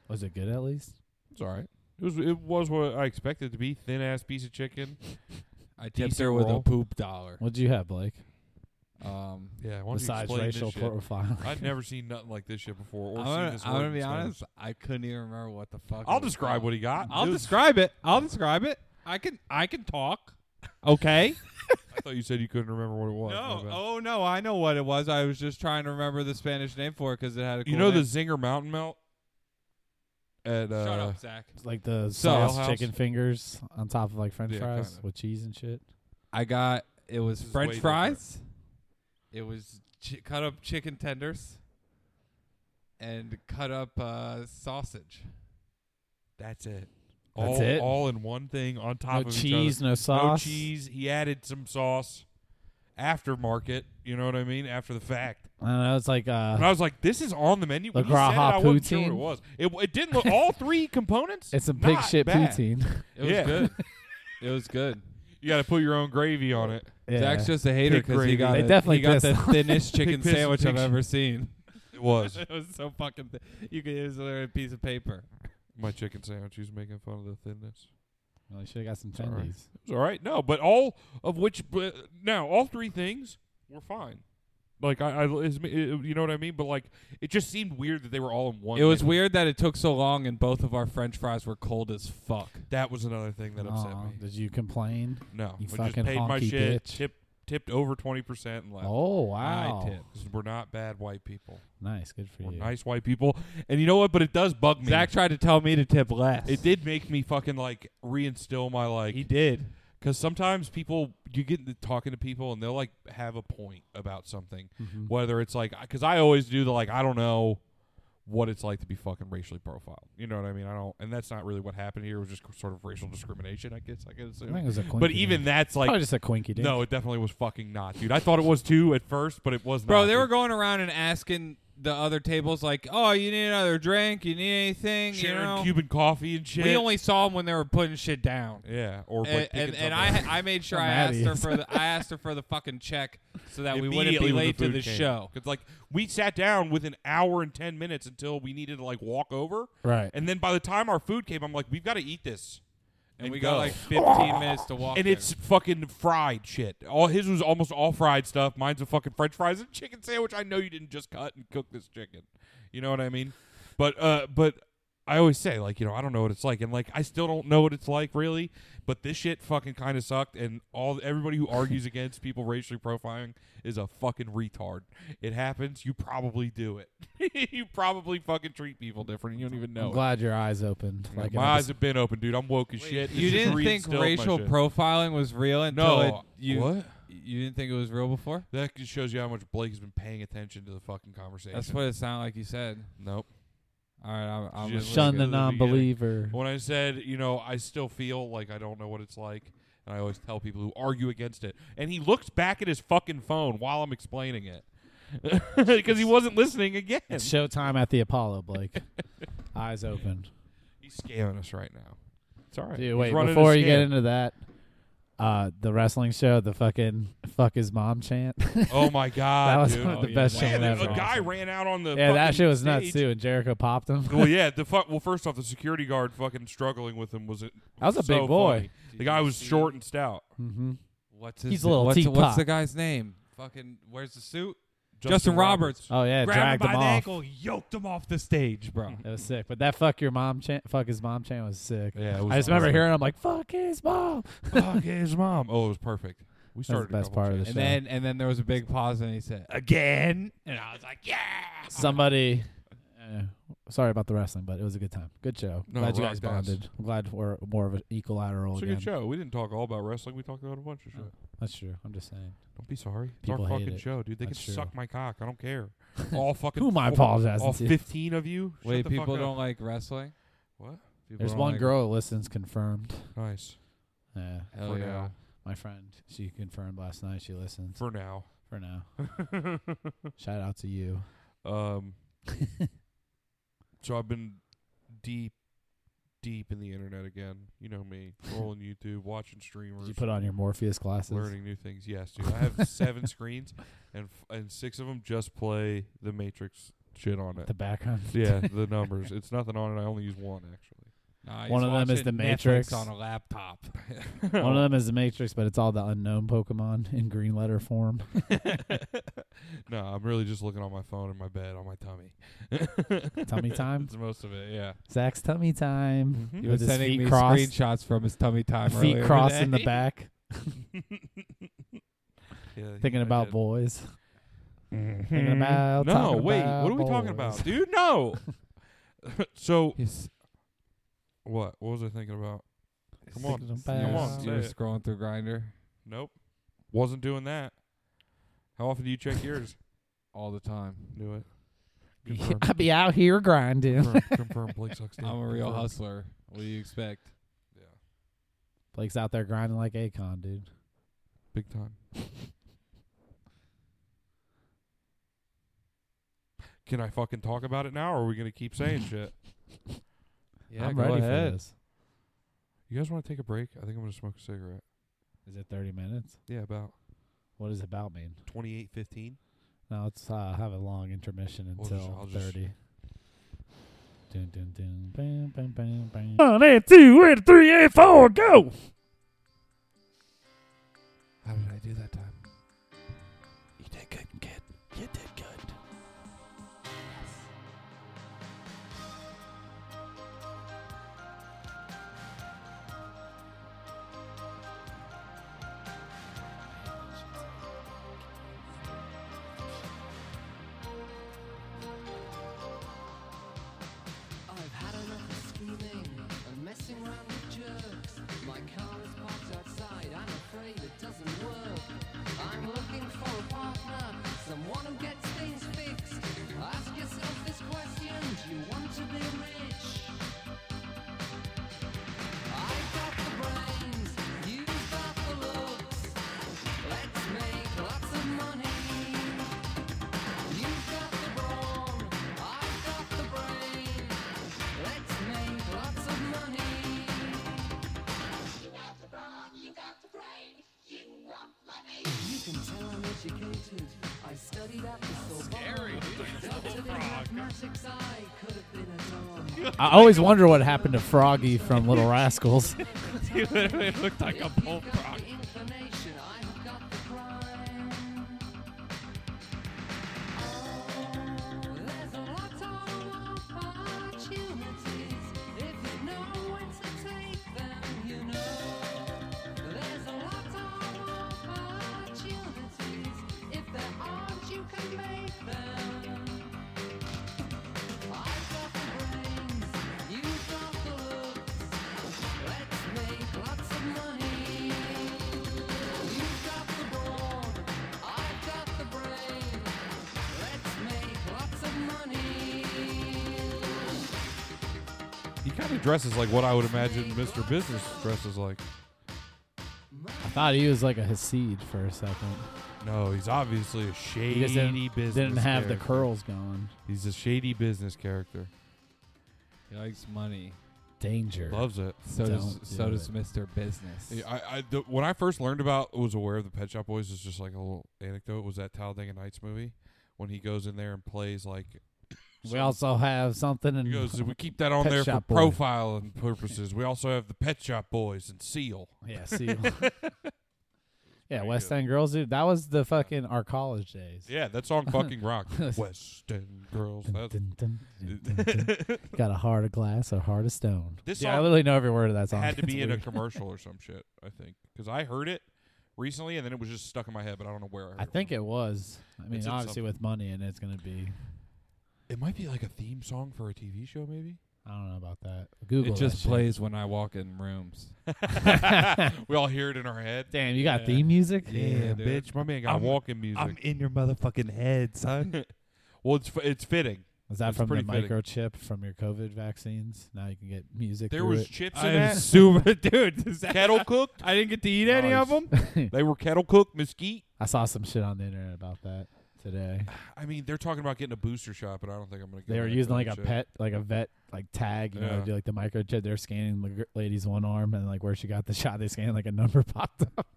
A: Was it good at least?
C: It's all right. It was. It was what I expected it to be. Thin ass piece of chicken.
B: I
C: tipped
B: tipped her
C: him
B: with
C: roll.
B: a poop dollar.
A: What'd you have, Blake?
B: Um,
C: Yeah. Why don't you
A: Besides
C: explain this
A: racial
C: shit?
A: profiling.
C: I've never seen nothing like this shit before. Or
B: I'm
C: seen
B: gonna,
C: this
B: I'm
C: word
B: gonna be
C: explained.
B: honest. I couldn't even remember what the fuck.
C: I'll
B: it was
C: describe
B: called.
C: what he got.
B: I'll
C: Dude,
B: describe it. I'll describe it. I can. I can talk. Okay.
C: I thought you said you couldn't remember what it was. My
B: no.
C: bad.
B: Oh no. I know what it was. I was just trying to remember the Spanish name for it because it had a. Cool
C: You know the
B: name.
C: Zinger Mountain Melt? At uh,
B: Shut up, Zach.
A: It's like the
B: So-
A: sauce
C: House.
A: chicken fingers on top of like French
C: Yeah,
A: fries
C: kinda.
A: with cheese and shit.
B: I got it was
C: This is way
B: French
C: different.
B: fries. It was chi- cut up chicken tenders and cut up uh, sausage.
C: That's it.
A: That's
C: all,
A: it?
C: All in one thing on top
A: No
C: of
A: cheese,
C: each
A: no
C: other.
A: sauce.
C: No cheese. He added some sauce aftermarket. You know what I mean? After the fact.
A: I don't know. It's like uh,
C: And I was like, this is on the menu.
A: Le
C: When you said it,
A: Graha
C: I wasn't sure what it
A: poutine?
C: was. It, it didn't look all three components.
A: it's a big
C: not
A: shit
C: bad.
A: poutine.
B: It was
C: Yeah.
B: good. it was good.
C: You got to put your own gravy on it.
A: yeah.
B: Zach's just a hater
C: Pig
B: because
C: gravy.
B: he got
A: They
B: it-
A: definitely
B: he got the
A: pissed.
B: thinnest chicken
C: piss and
B: sandwich
C: pig
B: I've
C: sh-
B: ever seen.
C: It was
B: it was so fucking. Th- you could it was literally a piece of paper.
C: my chicken sandwich. He was making fun of the thinness.
A: Well, you should have got some
C: all right.
A: tendies.
C: It's all right. No, but all of which but now all three things were fine. Like I, I is- you know what I mean. But like it just seemed weird that they were all in one.
B: It was
C: menu.
B: weird that it took so long and both of our French fries were cold as fuck.
C: That was another thing that upset
A: Aw,
C: me.
A: Did you complain?
C: No,
A: You
C: I just
A: fucking
C: paid my
A: honky
C: shit.
A: bitch.
C: Tipped tipped over twenty percent and left.
A: Oh wow!
B: I tipped.
C: 'Cause We're not bad white people.
A: Nice, good for
C: We're
A: you.
C: nice white people. And you know what? But it does bug me.
B: Zach tried to tell me to tip less.
C: it did make me fucking like reinstill my like
B: He did.
C: because sometimes people you get into talking to people and they'll like have a point about something
A: Mhm.
C: whether it's like because i always do the like i don't know what it's like to be fucking racially profiled you know what i mean i don't and that's not really what happened here it was just sort of racial discrimination i guess i can
A: I
C: assume
A: think it was a quinky
C: but even that's
A: probably
C: like
A: just a quinky dink.
C: no it definitely was fucking not dude i thought it was too at first but it was not
B: Bro, they were
C: dude.
B: going around and asking the other tables, like, "Oh, you need another drink? You need anything?"
C: sharing
B: you know,
C: cuban coffee and shit
B: we only saw them when they were putting shit down.
C: yeah or like,
B: And, and,
C: picking
B: and
C: something
B: I,
C: up.
B: I made sure
A: How
B: I
A: mad
B: asked
A: he
B: her
A: is.
B: for the, I asked her for the fucking check so that we wouldn't
C: Immediately
B: be
C: when
B: late to
C: food
B: the
C: came.
B: show.
C: Cause like we sat down with an hour and ten minutes until we needed to like walk over,
A: right?
C: and then by the time our food came, I'm like, we've got to eat this.
B: and,
C: and
B: we
C: go.
B: got like 15 minutes to walk.
C: and
B: there.
C: it's fucking fried shit. All his was almost all fried stuff. Mine's a fucking French fries and chicken sandwich. I know you didn't just cut and cook this chicken. You know what I mean? But uh, but I always say like you know I don't know what it's like, and like I still don't know what it's like really. But this shit fucking kind of sucked, and all everybody who argues against people racially profiling is a fucking retard. It happens. You probably do it. you probably fucking treat people different. and You don't even know.
A: I'm
C: it.
A: glad your eyes opened.
C: Yeah,
A: like
C: my
A: I
C: eyes
A: just-
C: have been open, dude. I'm woke as shit.
B: you
C: This just
B: didn't think
C: reinstilled my
B: racial
C: shit.
B: profiling was real until
C: No,
B: it, you
C: what?
B: you didn't think it was real before.
C: That just shows you how much Blake has been paying attention to the fucking conversation.
B: That's what it sounded like you said.
C: Nope.
B: All right, I'm, I'm
C: Just
B: gonna
A: shun
B: look
A: the
C: at the
A: non-believer.
C: When I said, you know, I still feel like I don't know what it's like, and I always tell people who argue against it. And he looks back at his fucking phone while I'm explaining it because he wasn't listening again.
A: It's showtime at the Apollo, Blake. eyes open.
C: He's scamming us right now. It's all right.
A: Dude,
C: He's
A: wait,
C: running a
A: before you get
C: scam.
A: into that, uh, the wrestling show, the fucking fuck his mom chant.
C: Oh my god,
A: That was
C: dude.
A: one of the
C: Oh,
A: best
C: yeah.
A: shows
C: Man,
A: ever.
C: A guy ran out on the
A: yeah, that
C: fucking
A: shit was nuts
C: stage.
A: too, and Jericho popped him.
C: Well, yeah, the fuck. Well, first off, the security guard fucking struggling with him was it.
A: That was a
C: so
A: big boy.
C: funny.
B: Did
C: The guy
B: you
C: was
B: see-
C: short and stout.
A: hmm
B: What's his
A: He's a little
B: what's,
A: teapot.
B: what's the guy's name? Fucking where's the suit? Justin Roberts.
A: Oh yeah,
E: Grabbed him
A: dragged
E: by
A: him
E: the
A: off.
C: Oh,
E: ankle,
B: Oh.
E: yoked him off the stage, bro.
A: That was sick. But that fuck your mom chant, fuck his mom chant was sick.
C: Yeah, it was
A: I just remember
C: awesome.
A: hearing, I'm like, fuck his mom.
C: Fuck his mom. Oh, it was perfect. We
A: That's
C: started
A: the best
C: a couple
A: part of the
C: chances.
A: show.
B: And then and then there was a big pause and he said,
E: Again. And I was like, yeah.
A: Somebody, uh, sorry about the wrestling, but it was a good time. Good show.
C: No,
A: glad you
C: rock
A: guys
C: does.
A: bonded. I'm glad we're more of an equalateral
C: It's a
A: again.
C: good show. We didn't talk all about wrestling. We talked about a bunch of shit.
A: That's true. I'm just saying.
C: Don't be sorry. It's
A: Oh. People
C: our
A: hate
C: fucking
A: it.
C: show, dude. They
A: That's
C: can
A: true.
C: suck my cock. I don't care. All fucking.
A: Who am I
C: all-
A: apologizing
C: All
A: to?
C: fifteen of you. Shut
B: "Wait,
C: the fuck
B: people
C: up.
B: don't like wrestling."
C: What?
B: People
A: There's
B: don't
A: one
B: like-
A: girl who listens confirmed.
C: Nice.
A: Yeah,
B: Hell
C: for
B: Oh, yeah.
C: now.
A: my friend. She confirmed last night. She listens
C: For now.
A: for now. Shout out to you.
C: Um. so I've been deep, deep in the internet again. You know me, rolling YouTube, watching streamers.
A: Did you put on your Morpheus glasses?
C: learning new things. Yes, dude. I have seven screens, and f- and six of them just play the Matrix shit on it.
A: The background.
C: Uh, yeah, the numbers. It's nothing on it. I only use one actually.
B: Nah, he's
A: One of them is
B: watching
A: The
B: Netflix
A: Matrix.
B: on a laptop.
A: One of them is the Matrix, but it's all the unknown Pokemon in green letter form.
C: no, I'm really just looking on my phone in my bed on my tummy.
A: tummy time.
C: That's most of it. Yeah.
A: Zach's tummy time.
C: Mhm.
B: He
A: With
B: was
A: his
B: sending
A: feet
B: me
A: crossed.
B: screenshots from his tummy time
A: Feet
B: earlier
A: crossed
B: today.
A: in the back,
C: yeah
A: thinking
C: I
A: about
C: did. Hmm.
A: boys. Thinking about.
C: No,
A: talking
C: wait.
A: about
C: what are we talking
A: boys.
C: about, dude? No. so
B: He's-
C: what? What was I thinking about? Come on.
A: Thinking about-
C: Come on.
B: You were
C: say it.
B: scrolling through Grinder
C: Nope. Wasn't doing that. How often do you check yours?
B: all the time.
C: Knew it. Confirm.
A: I be out here grinding.
C: confirm, confirm Blake sucks dick.
B: I'm a real
C: Confirm.
B: hustler. What do you expect?
C: Yeah.
A: Blake's out there grinding like Akon, dude.
C: Big time. Can I fucking talk about it now or are we going to keep saying shit?
B: Yeah,
A: I'm
B: go
A: ready for
B: ahead.
A: this.
C: You guys want to take a break? I think I'm going to smoke a cigarette.
A: Is it 30 minutes?
C: Yeah, about
A: What does about mean?
C: 28:15.
A: Now let's uh, have a long intermission
C: We'll just-
A: until
C: I'll just-
A: 30. Dun, dun, dun, bam, bam, bam, bam.
E: One, eight, two, eight, three, eight, four, go.
B: How did I do that time?
A: You did good, kid. You did good.
F: I've had enough of scheming and messing around with jerks. My car is parked outside, I'm afraid it doesn't work. I'm looking for a partner, someone who gets can tell I'm educated. I studied at the Sorbonne. Scary, dude. mathematics, I could have been a don.
A: I always wonder what happened to Froggy from Little Rascals.
C: He literally looked like a
F: If you've got
C: bullfrog.
F: the inclination, I've got the crime. There's a lot of opportunities. If you know when to take them, you know. There's a lot of opportunities. If there aren't, you can make them. I've got the brains, you've got the looks. Let's make lots of money. You've got the brawn, I've got the brain. Let's make lots of money.
C: He kind of dresses like what I would imagine Mr. Business dresses like.
A: I thought he was like a Hasid for a second.
C: No, he's obviously a
A: He
C: shady
A: just didn't,
C: business.
A: didn't have the
C: character.
A: curls going.
C: He's a shady business character.
B: He likes money.
A: Danger.
C: Loves it.
B: So does
A: Don't
B: so
A: do
B: does
A: it.
B: Mr. Business.
C: Yeah, I, I the, when I first learned about was aware of the Pet Shop Boys is just like a little anecdote was that Talladega Nights movie when he goes in there and plays like
A: We also have something in
C: he goes we keep that on
A: Pet
C: there for
A: Shop Boy.
C: profiling purposes. We also have the Pet Shop Boys and Seal.
A: Yeah, see. yeah, West End Girls, dude. That was the fucking our college days.
C: Yeah, that song fucking rocked. West End Girls.
A: Dun,
C: That's,
A: dun, dun, dun, dun, dun. Got a heart of glass, a heart of stone.
C: This
A: yeah, I
C: song
A: literally know every word of that song.
C: had to
A: It's
C: be in a
A: weird.
C: commercial or some shit. I think because I heard it recently and then it was just stuck in my head, but I don't know where I heard
A: I think it was. I mean,
C: It's in
A: obviously
C: something.
A: with money and it's gonna be.
C: it. It might be like a theme song for a TV show, maybe.
A: I don't know about that. Google
B: it just
A: that shit.
B: plays when I walk in rooms.
C: we all hear it in our head.
A: Damn, you got
B: Yeah.
A: theme music?
B: Yeah, dude.
C: my man got
E: I'm-
C: walking music.
E: I'm in your motherfucking head, son.
C: well, it's f- it's fitting.
A: Is that
C: It's
A: from the
C: pretty fitting.
A: microchip from your COVID vaccines? Now you can get music.
C: There
A: through
C: was
A: it.
C: chips in
B: I'm
C: that
B: super dude. Is that,
C: kettle cooked.
B: I didn't get to eat any of
C: Nice.
B: them.
C: They were kettle cooked mesquite.
A: I saw some shit on the internet about that today.
C: I mean, they're talking about getting a booster shot, but I don't think I'm gonna. Go
A: They were
C: back to
A: using
C: that
A: like a
C: shit.
A: pet, like a vet, like tag. You know,
C: Yeah.
A: do like the microchip. They're scanning the gr- lady's one arm and like where she got the shot. They scan like a number popped up.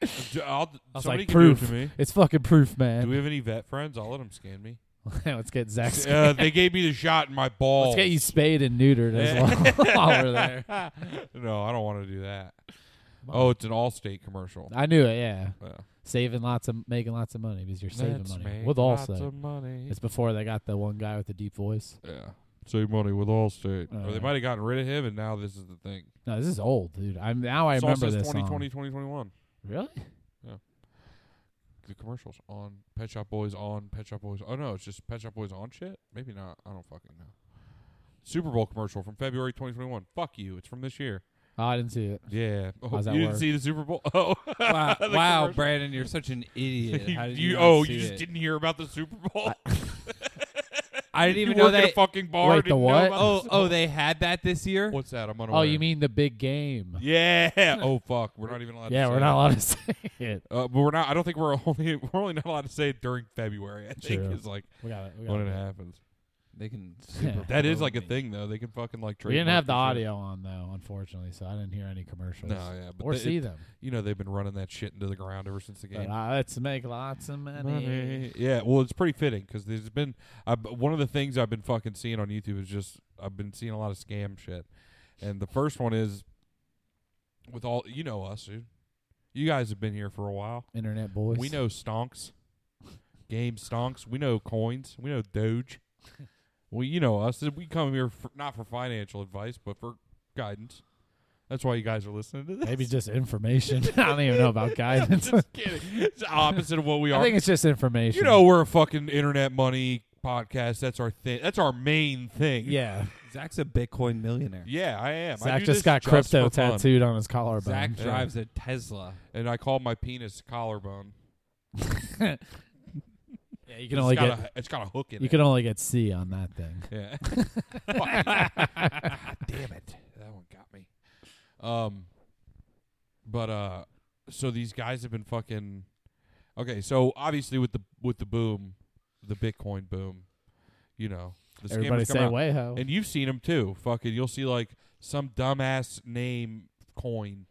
C: D- I'll,
A: was
C: somebody
A: like,
C: can do it
A: proof.
C: to me.
A: It's fucking proof,
C: Do we
A: man.
C: have any vet friends? I'll let them scan me.
A: Let's get Zach.
C: Uh,
A: scanned.
C: they gave me the shot in my ball.
A: Let's get you spayed and neutered as well while we're there.
C: no, I don't want to do that. Oh, it's an Allstate commercial.
A: I knew it. Yeah,
C: Yeah.
A: saving lots of, making lots of money because you're saving
C: Let's
A: money
C: make
A: with
C: lots
A: Allstate.
C: of money.
A: It's before they got the one guy with the deep voice.
C: Yeah. Save money with Allstate. or they
A: Alright.
C: might have gotten rid of him, and now this is the thing.
A: No, this is old, dude. I'm now I
C: This all
A: remember
C: says
A: this
C: 2020,
A: song.
C: 2021.
A: Really?
C: The commercials on Pet Shop Boys on Pet Shop Boys. Oh, no, it's just Pet Shop Boys on shit? Maybe not. I don't fucking know. Super Bowl commercial from February 2021. Fuck you. It's from this year.
A: Oh, I didn't see it.
C: Yeah. Oh,
A: How's
C: you
A: that
C: didn't
A: work?
C: see the Super Bowl? Oh.
B: Wow,
C: The
B: wow
C: commercial.
B: Brandon, you're such an idiot. How
C: You,
B: did
C: you-
B: not
C: oh,
B: see
C: you just
B: it?
C: didn't hear about the Super Bowl?
B: I didn't
C: you
B: even
C: work
B: know
C: at a
B: they.
C: fucking bar.
A: Wait, the
C: didn't know
A: what?
C: about the
B: Oh,
C: Super
B: oh,
C: Bowl?
B: they had that this year.
C: What's that? I'm unaware.
A: Oh, you mean the big game?
C: Yeah. Oh, fuck. We're not even allowed to
A: Yeah,
C: say
A: we're
C: that.
A: not allowed to say it.
C: Uh, but we're not. I don't think we're only we're only not allowed to say it during February. I think
A: True.
C: is like
A: We got it. We, got
C: when
A: it.
C: it happens.
B: They can. Super
A: Yeah.
C: That is like a
B: me.
C: thing though. They can fucking like.
A: we didn't have the
C: trademark
A: audio on though, unfortunately, so I didn't hear any commercials.
C: and shit. No, yeah, but
A: or
C: they-
A: see
C: it-
A: them.
C: You know they've been running that shit into the ground ever since the
A: But
C: game.
A: uh, let's make lots of money.
C: Money. Yeah, well, it's pretty fitting because there's been I, one of the things I've been fucking seeing on YouTube is just I've been seeing a lot of scam shit, and the first one is with all you know us, dude. You guys have been here for a while.
A: Internet boys.
C: We know stonks, game stonks. We know coins. We know Doge. well, you know us. We come here for, not for financial advice, but for guidance. That's why you guys are listening to this.
A: Maybe just information. I don't even know about guidance.
C: just kidding. It's the opposite of what we
A: I
C: are.
A: think it's just information.
C: you know, we're a fucking internet money podcast. That's our thing. That's our main thing.
A: Yeah.
B: Zach's a Bitcoin millionaire.
C: Yeah, I am. I
A: Zach
C: do
A: just
C: this
A: got
C: just
A: crypto
C: for fun.
A: tattooed on his collarbone.
B: Zach
C: Yeah.
B: drives a Tesla.
C: and I call my penis collarbone.
A: yeah, you can only
C: it's got
A: get
C: a, it's got a hook in
A: you
C: it.
A: can only get C on that thing.
C: Yeah. Damn it. That one got me. Um but uh so these guys have been fucking Okay, so obviously with the with the boom, the Bitcoin boom, you know, the scammers
A: Everybody
C: come
A: say
C: out.
A: way ho.
C: And you've seen them too. Fucking you'll see like some dumbass name coin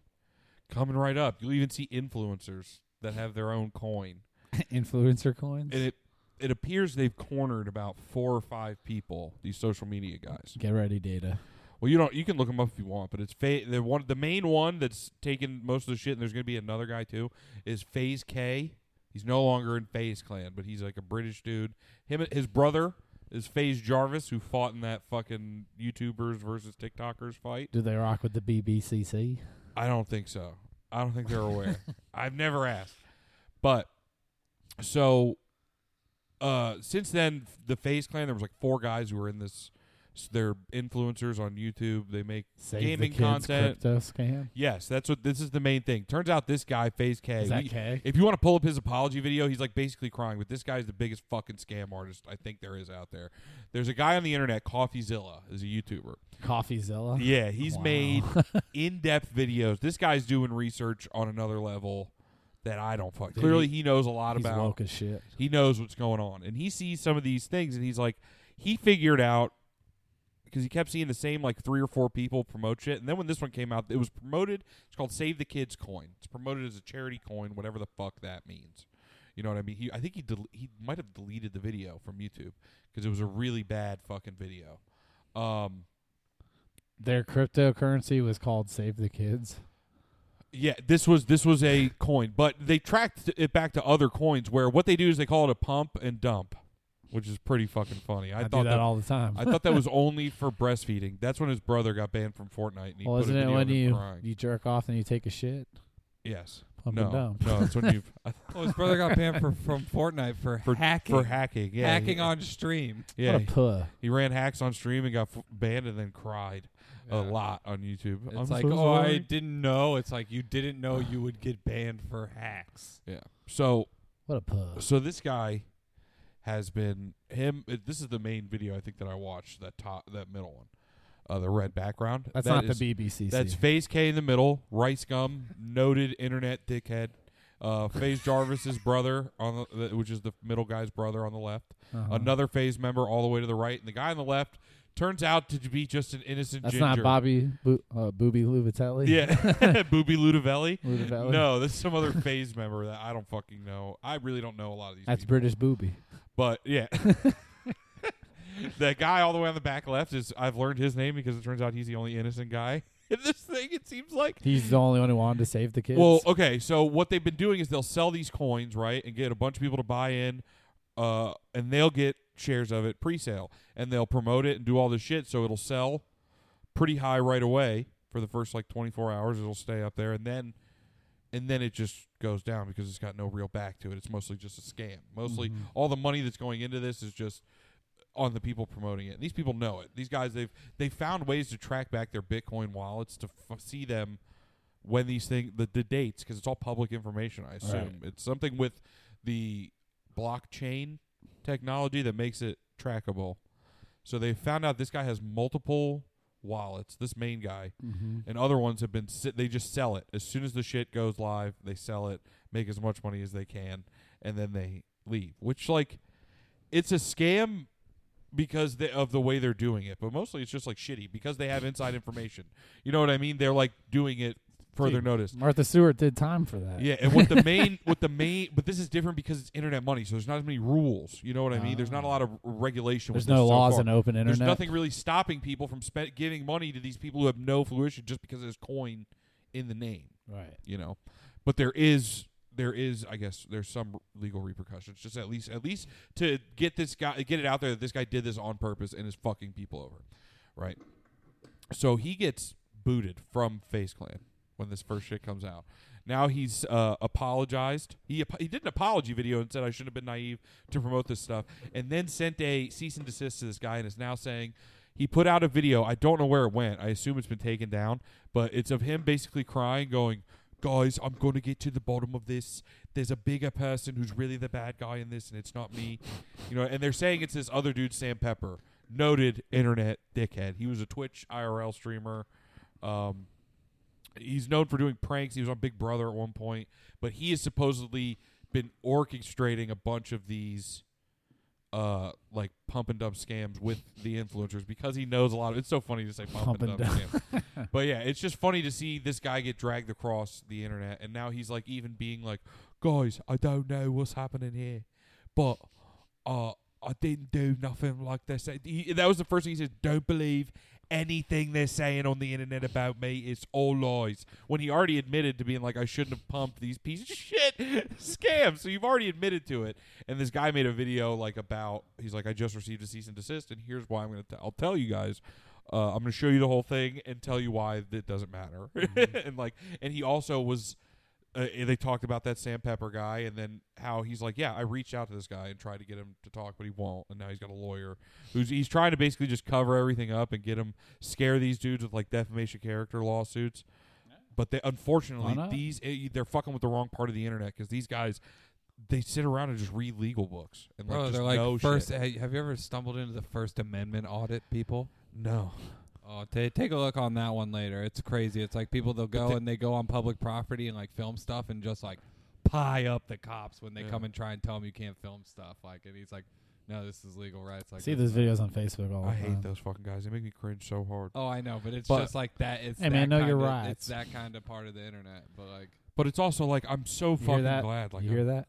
C: coming right up. You'll even see influencers that have their own coin.
A: Influencer coins.
C: And it it appears they've cornered about four or five people, these social media guys.
A: Get ready, data.
C: Well, you don't. You can look them up if you want, but it's fa- the one, the main one that's taking most of the shit. And there's going to be another guy too. Is Phase K? He's no longer in Phase Clan, but he's like a British dude. Him, his brother is Phase Jarvis, who fought in that fucking YouTubers versus TikTokers fight.
A: Do they rock with the BBCC?
C: I don't think so. I don't think they're aware. I've never asked. But so uh since then the Phase Clan there was like four guys who were in this s- they're influencers on YouTube. They make
A: Save the
C: Gaming
A: kids
C: content.
A: Crypto scam.
C: Yes, that's what this is the main thing. Turns out this guy Phase K.
A: Is that
C: we-
A: K?
C: If you want to pull up his apology video, he's like basically crying, but this guy's the biggest fucking scam artist I think there is out there. There's a guy on the internet, CoffeeZilla, is a YouTuber.
A: Coffeezilla.
C: Yeah, he's
A: Wow.
C: made in-depth videos. This guy's doing research on another level that I don't fuck.
A: Dude,
C: Clearly, he, knows a lot
A: He's
C: about.
A: woke as shit.
C: He knows what's going on, and he sees some of these things, and he's like, he figured out because he kept seeing the same like three or four people promote shit, and then when this one came out, it was promoted. It's called Save the Kids Coin. It's promoted as a charity coin, whatever the fuck that means. You know what I mean? He, I think he del- he might have deleted the video from YouTube because it was a really bad fucking video. Um,
A: Their cryptocurrency was called Save the Kids.
C: Yeah, this was this was a coin, but they tracked it back to other coins where what they do is they call it a pump and dump, which is pretty fucking funny. I,
A: I,
C: thought
A: do that, all the time.
C: I thought that was only for breastfeeding. That's when his brother got banned from Fortnite. And he
A: well,
C: put a
A: Oh, isn't it
C: video of
A: when
C: him
A: you
C: crying.
A: you jerk off and you take a shit?
C: yes,
A: Pump
C: no,
A: and dump.
C: no, it's when you
B: Well, Oh, his brother got banned for, from Fortnite for,
C: for
B: hacking,
C: for hacking, yeah,
B: hacking
C: he,
B: on stream.
C: Yeah,
A: What a
C: he,
A: puh.
C: he ran hacks on stream and got f- banned and then cried
B: Yeah.
C: a lot on YouTube.
B: It's
C: I'm
B: like,
C: so
B: oh, I
C: sorry."
B: didn't know. It's like you didn't know you would get banned for hacks.
C: yeah. So
A: What a puh.
C: So this guy has been him. it- This is the main video I think that I watched. That top, that middle one, uh, the red background.
A: That's
C: That
A: not
C: is-
A: the BBCC.
C: That's Phase K in the middle. Rice gum, noted internet dickhead. Uh, Phase Jarvis's brother on the, the, which is the middle guy's brother on the left.
A: Uh-huh.
C: Another Phase member all the way to the right, and the guy on the left turns out to be just an innocent
A: That's
C: ginger.
A: not Bobby Bo- uh, Booby Luvatelli.
C: Yeah, Booby Ludovelli.
A: Luvatelli.
C: No, this is some other Phase member that I don't fucking know. I really don't know a lot of these.
A: That's
C: people.
A: British Booby.
C: But yeah. the guy all the way on the back left is I've learned his name because it turns out he's the only innocent guy in this thing, it seems like.
A: He's the only one who wanted to save the kids.
C: Well, okay, so what they've been doing is they'll sell these coins, right, and get a bunch of people to buy in, uh, and they'll get shares of it pre sale. And they'll promote it and do all this shit, so it'll sell pretty high right away for the first like twenty four hours, it'll stay up there and then and then it just goes down because it's got no real back to it. It's mostly just a scam. Mostly
A: Mhm.
C: all the money that's going into this is just on the people promoting it. And these people know it. These guys they've they found ways to track back their Bitcoin wallets to f- see them when these things the, the dates because it's all public information. I assume it's something with the blockchain technology that makes it trackable. So they found out this guy has multiple wallets. This main guy
A: Mhm.
C: and other ones have been si- they just sell it as soon as the shit goes live they sell it make as much money as they can and then they leave which like it's a scam because they, of the way they're doing it but mostly it's just like shitty because they have inside information you know what i mean they're like doing it further
A: Dude,
C: notice
A: Martha Stewart did time for that.
C: yeah, and what the main, what the main, but this is different because it's internet money, so there's not as many rules. You know what I mean? There's not a lot of r- regulation.
A: Ah.
C: with
A: There's
C: this
A: no
C: so
A: laws
C: far.
A: in open internet.
C: There's nothing really stopping people from spend, giving money to these people who have no fruition just because there's coin in the name,
A: Right.
C: you know. But there is there is I guess there's some legal repercussions just at least at least to get this guy get it out there that this guy did this on purpose and is fucking people over. Right? So he gets booted from Face Clan when this first shit comes out. Now he's uh, apologized. He ap- he did an apology video and said I shouldn't have been naive to promote this stuff, and then sent a cease and desist to this guy and is now saying he put out a video. I don't know where it went. I assume it's been taken down, but it's of him basically crying, going, "Guys, I'm going to get to the bottom of this. There's a bigger person who's really the bad guy in this, and it's not me." You know, and they're saying it's this other dude, Sam Pepper, noted internet dickhead. He was a Twitch IRL streamer. Um, he's known for doing pranks. He was on Big Brother at one point, but he has supposedly been orchestrating a bunch of these uh like pump and dump scams with the influencers because he knows a lot of it's so funny to say pump,
A: Pump
C: and,
A: and
C: dump, scam. but yeah it's just funny to see this guy get dragged across the internet and now he's like even being like guys, I don't know what's happening here, but uh, I didn't do nothing like they said. He, that was the first thing he said. Don't believe anything they're saying on the internet about me. It's all lies. When he already admitted to being like, I shouldn't have pumped these pieces of shit scams. So you've already admitted to it. And this guy made a video like about. He's like, I just received a cease and desist, and here's why I'm gonna. T- I'll tell you guys. Uh, I'm gonna show you the whole thing and tell you why it doesn't matter. and like, and he also was uh, they talked about that Sam Pepper guy, and then how he's like, "Yeah, I reached out to this guy and tried to get him to talk, but he won't." And now he's got a lawyer who's he's trying to basically just cover everything up and get him scare these dudes with like defamation of character lawsuits. But they unfortunately
A: Why not?
C: these eh, they're fucking with the wrong part of the internet because these guys they sit around and just read legal books and like
B: Bro,
C: just
B: they're like
C: know
B: first.
C: shit.
B: Hey, have you ever stumbled into the First Amendment audit, people?
A: e-,
C: no
B: Oh, ta take a look on that one later. It's crazy. It's like people they'll go
C: the-
B: and they go on public property and like film stuff and just like pie up the cops when they
C: Yeah.
B: come and try and tell him you can't film stuff. Like, and he's like, "No, this is legal rights." Like,
A: See
B: this
A: those videos on Facebook all the
C: I
A: time.
C: hate those fucking guys they make me cringe so hard
B: Oh, I know, but it's
C: But-
B: just like that. It's
A: Hey,
B: that
A: man, know your
B: kinda-
A: rights.
B: It's that kind of part of the internet, but like.
C: but it's also like I'm so
A: hear
C: fucking
A: that?
C: glad like
A: you
C: I'm-
A: hear that?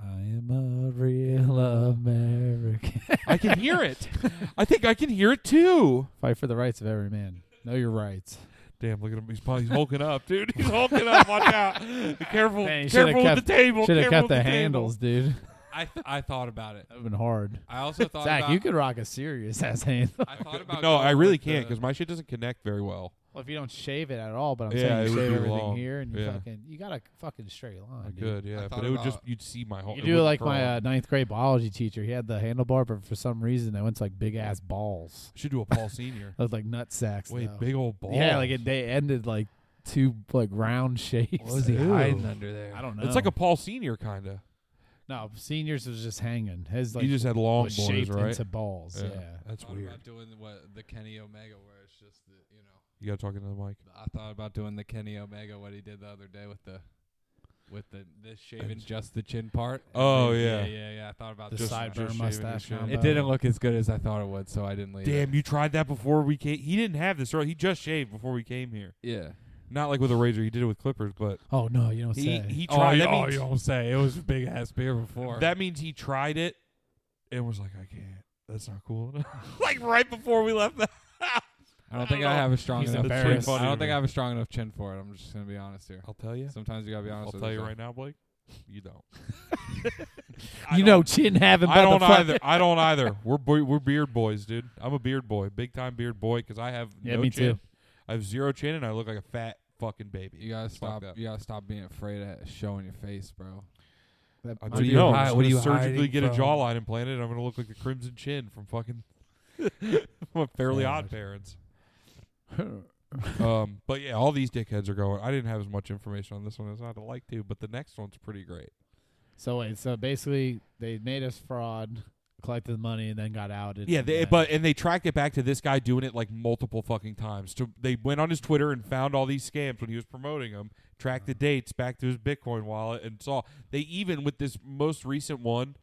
A: I am a real American.
C: I can hear it I think I can hear it too
A: Fight for the rights of every man. Know your rights.
C: Damn, look at him. He's probably he's hulking up, dude. He's hulking up. Watch out. Be careful.
A: Man, you should've
C: careful with
A: kept-
C: the table.
A: Should have kept
C: careful with
A: the
C: table.
A: handles, dude.
B: I th- I thought about it.
A: That would have been hard.
B: I also thought
A: Zach,
B: about
A: you could rock a serious ass handle.
B: I thought
C: But
B: about
C: no,
B: going
C: I really
B: with
C: can't
B: the-
C: because my shit doesn't connect very well.
A: Well, if you don't shave it at all, but I'm
C: Yeah,
A: saying
C: it
A: you
C: would
A: shave
C: be
A: everything
C: long.
A: here and you
C: Yeah.
A: fucking you got a fucking straight line.
C: I
A: dude.
C: could, yeah,
B: I
C: but
B: thought
C: it would just
B: about-
C: you'd see my whole.
A: You
C: it
A: do
C: wouldn't
A: like my
C: curl.
A: uh, ninth grade biology teacher. He had the handlebar, but for some reason they went to like big ass balls.
C: should do a Paul Senior.
A: That was like nut sacks.
C: Wait,
A: though.
C: big old ball.
A: Yeah, like it, they ended like two like round shapes.
B: What was he
A: Ew.
B: hiding under there?
A: I don't know.
C: It's like a Paul Senior kind of.
A: no seniors was just hanging. His like
C: you just had long
A: was
C: boys,
A: shaped
C: right?
A: into balls.
C: Yeah.
A: Yeah.
C: That's
B: thought
C: weird.
B: about doing what the Kenny Omega, where it's just the, you know,
C: You gotta talk into the mic.
B: I thought about doing the Kenny Omega what he did the other day with the, with the this shaving
C: And-
B: just the chin part. and
C: Oh,
B: then-
C: yeah.
B: yeah, yeah, yeah. I thought about
A: The
B: that.
C: Just-
A: sideburn
C: just shaving and
A: mustache.
C: shit.
A: combo.
B: It didn't look as good as I thought it would, so I didn't leave.
C: Damn,
B: it.
C: you tried that before we came. He didn't have this. Right? He just shaved before we came here.
B: yeah.
C: Not like with a razor. He did it with clippers, but
A: Oh no, you don't
C: he
A: say.
C: he
B: Oh, I-
C: tried. that
B: oh,
C: means-
B: you don't say. It was a big ass beer before.
C: That means he tried it and was like, I can't. That's not cool enough. like right before we left the house.
B: I don't think
C: I
B: I
C: don't
B: have a strong
A: He's
B: enough.
A: embarrassed.
B: chin-
A: It's pretty
B: I
C: funny Oh,
B: don't
C: to
B: think
C: me.
B: I have a strong enough chin for it. I'm just gonna be honest here.
C: I'll tell you.
B: Sometimes you gotta be
C: I'll
B: honest. with
C: tell you
B: yourself.
C: right now, Blake. You don't.
A: you know, chin having.
C: I don't either. I don't either. We're bo- we're beard boys, dude. I'm a beard boy, big time beard boy, because I have
A: Yeah,
C: no
A: me
C: chin.
A: too.
C: I have zero chin, and I look like a fat fucking baby.
B: You gotta
C: Stop
B: stop.
C: that.
B: You gotta stop being afraid of showing your face, bro.
C: I
B: What are
C: do
B: you
C: know.
B: hi-
C: I'm just
B: what are
C: gonna
B: you
C: surgically
B: hiding
C: get
B: from?
C: a jawline implanted. And I'm gonna look like the crimson chin from fucking from Fairly Odd Parents. um, but yeah, all these dickheads are going. I didn't have as much information on this one as I'd like to, but the next one's pretty great.
A: So wait, so basically they made us fraud, collected the money, and then got outed.
C: Yeah,
A: and
C: they,
A: then-
C: but and they tracked it back to this guy doing it like multiple fucking times. To they went on his Twitter and found all these scams when he was promoting them. Tracked the dates back to his Bitcoin wallet and saw they even with this most recent one,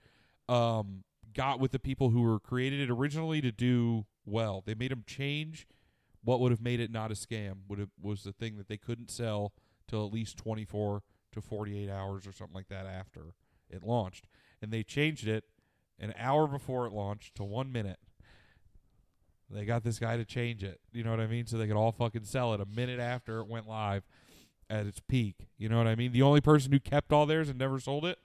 C: um, got with the people who were created it originally to do well. They made them change what would have made it not a scam. Would have was the thing that they couldn't sell till at least twenty four to forty eight hours or something like that after it launched, and they changed it an hour before it launched to one minute. They got this guy to change it. You know what I mean? So they could all fucking sell it a minute after it went live at its peak. You know what I mean? The only person who kept all theirs and never sold it,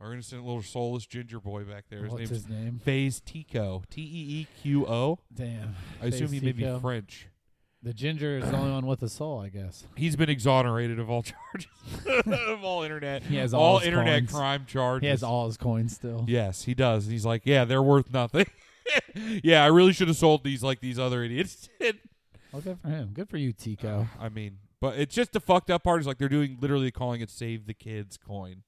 C: our innocent little soulless ginger boy back there. His
A: what's
C: name's
A: his name?
C: FaZe Tico. T E E Q O.
A: Damn.
C: I assume he
A: FaZe
C: may be
A: Tico.
C: French.
A: The ginger is the only one with a soul, I guess.
C: He's been exonerated of all charges, of all internet,
A: He has all
C: all
A: his
C: internet
A: coins.
C: crime charges.
A: He has all his coins still.
C: Yes, he does. And he's like, yeah, they're worth nothing. yeah, I really should have sold these like these other idiots did.
A: Well, good for him. Good for you, Tico.
C: I mean, but it's just the fucked up part is like they're doing literally calling it "Save the Kids" coin,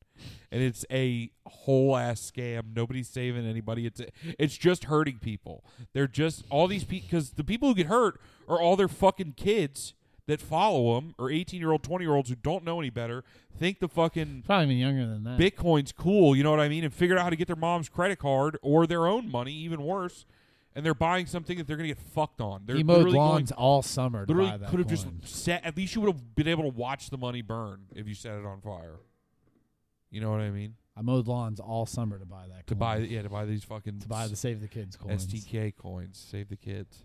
C: and it's a whole ass scam. Nobody's saving anybody. It's it's just hurting people. They're just all these people because the people who get hurt are all their fucking kids that follow them or eighteen year old, twenty year olds who don't know any better think the fucking
A: Probably even younger than that.
C: Bitcoin's cool, you know what I mean, and figured out how to get their mom's credit card or their own money, even worse. And they're buying something that they're gonna get fucked on. They're
A: he mowed
C: literally going-
A: lawns all summer. To
C: literally
A: buy that
C: could have just
A: coin.
C: set. At least you would have been able to watch the money burn if you set it on fire. You know what I mean?
A: I mowed lawns all summer to buy that.
C: To
A: coin.
C: buy yeah, to buy these fucking
A: to buy the Save the Kids coins.
C: STK coins. Save the kids.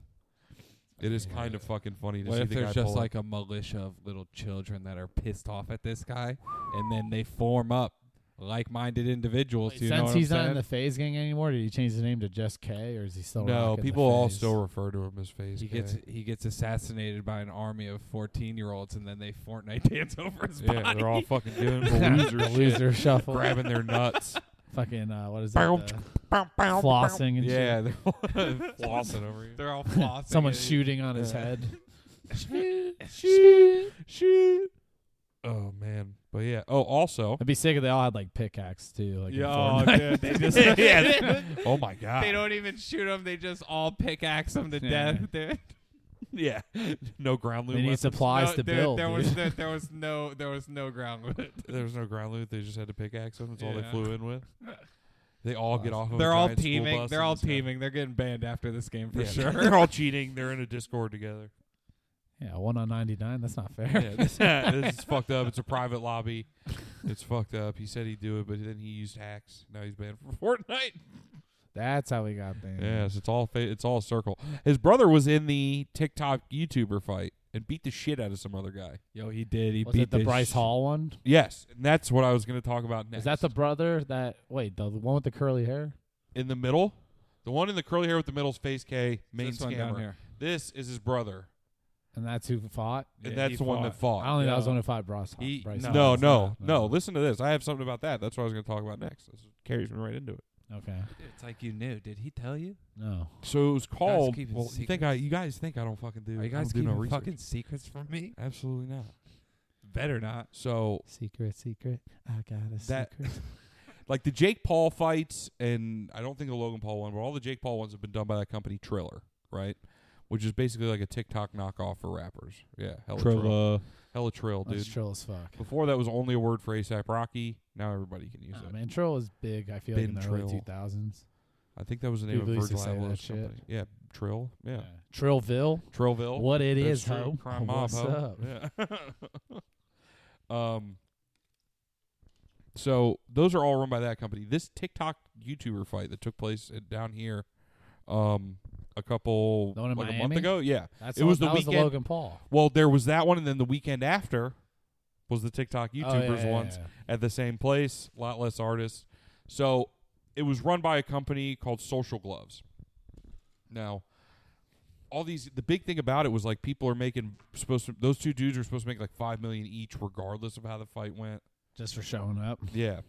C: It is kind of fucking funny to
B: What
C: see
B: if
C: the guy
B: there's just
C: pull up.
B: like a militia of little children that are pissed off at this guy, and then they form up like-minded individuals?
A: Wait,
B: you know
A: since
B: what
A: he's
B: I'm
A: not
B: saying?
A: in the Phase Gang anymore, did he change his name to Just K, or is he still?
C: no,
A: rocking the
C: people all
A: Phase?
C: still refer to him as Phase
B: he
C: K.
B: gets he gets assassinated by an army of 14-year-olds, and then they Fortnite dance over his body.
C: yeah, they're all fucking doing
A: The
C: the
A: loser, loser shuffle,
C: grabbing their nuts.
A: fucking uh, what is that?
C: Bow,
A: the
C: bow, bow, bow.
A: flossing and
C: Yeah,
A: shit.
C: they're flossing over here.
B: They're all flossing.
A: Someone
B: and-
A: shooting on his
C: Yeah.
A: head.
C: shoot, shoot. Oh man, but yeah. Oh, also,
A: I'd be sick if they all had like pickaxe too. Like in
B: Yeah, oh,
A: Fortnite.
B: dude, they just
C: Yeah. oh my
B: they
C: god,
B: don't even shoot him. They just all pickaxe him to
A: Yeah.
B: death. Dude.
C: yeah, no ground loot.
A: they need
C: left.
A: supplies
B: No,
A: to
B: there,
A: build.
B: There
A: dude.
B: was there, there was no there was no ground. loot.
C: There was no ground loot. They just had to pickaxe them. That's all they
B: Yeah.
C: flew in with. They all get off. Of
B: They're
C: a
B: all
C: giant school
B: teaming.
C: bus
B: They're
C: and
B: all
C: just have-
B: teaming. They're getting banned after this game for
C: Yeah,
B: sure.
C: they're all cheating. They're in a Discord together.
A: yeah, one on ninety nine. That's not fair.
C: Yeah, this, this is fucked up. It's a private lobby. It's fucked up. He said he'd do it, but then he used hacks. Now he's banned from Fortnite.
A: That's how we got banned.
C: Yes, it's all fa- it's all a circle. His brother was in the TikTok YouTuber fight and beat the shit out of some other guy.
B: Yo, he did. He
A: Was
B: beat
A: it the
B: this
A: Bryce
B: sh-
A: Hall one?
C: Yes, and that's what I was going to talk about next.
A: Is that the brother that? Wait, the one with the curly hair?
C: in the middle? The one in the curly hair with the middle's face K main
B: this one down
C: scammer.
B: here.
C: This is his brother,
A: And that's who fought.
C: and
B: Yeah,
C: that's
B: he
C: the one that
A: I
C: fought.
A: don't think that was
B: Yeah.
A: one who fought Bryce.
B: He-
A: Bryce
B: no,
C: No,
A: it's
C: no,
A: not.
C: no. Listen to this. I have something about that. That's what I was going to talk about next. This carries me right into it.
A: Okay.
B: It's like you knew. Did he tell you?
A: No.
C: So it was called.
B: keeping
C: Well, you think I? You guys think I don't fucking do?
B: Are you
C: I
B: guys
C: don't do no
B: keeping
C: research.
B: fucking secrets from me?
C: Absolutely not.
B: Better not.
C: So
A: Secret, secret. I got a
C: That-
A: secret.
C: like the Jake Paul fights, and I don't think the Logan Paul one, but all the Jake Paul ones have been done by that company Triller, right? Which is basically like a TikTok knockoff for rappers. Yeah, hella Trill, hella Trill, dude.
A: That's troll as fuck.
C: Before that was only a word for ASAP Rocky. Now everybody can use
A: Nah,
C: it.
A: Oh, man, troll was big. I feel like in
C: Been
A: the
C: Trill.
A: early two thousands.
C: I think that was the name
A: People
C: of
A: used to
C: Virgil
A: say
C: Abloh's
A: that shit.
C: company. Yeah, Trill. Yeah,
A: Trillville.
C: Trillville.
A: What it
C: That's
A: is,
C: true.
A: ho?
C: Crime mob,
A: What's
C: ho.
A: up?
C: Yeah. um. So those are all run by that company. This TikTok YouTuber fight that took place at, down here, um, a couple
A: The one in
C: like a month
A: Miami?
C: ago. Yeah.
A: That's
C: It
A: all-
C: was the
A: that was the
C: weekend-
A: Logan Paul.
C: Well, there was that one, and then the weekend after was the TikTok
A: Oh, yeah,
C: YouTubers
A: yeah,
C: ones
A: yeah.
C: at the same place. A lot less artists. So it was run by a company called Social Gloves. Now, all these the big thing about it was like people are making supposed to those two dudes are supposed to make like five million each, regardless of how the fight went.
A: Just for showing up.
C: Yeah.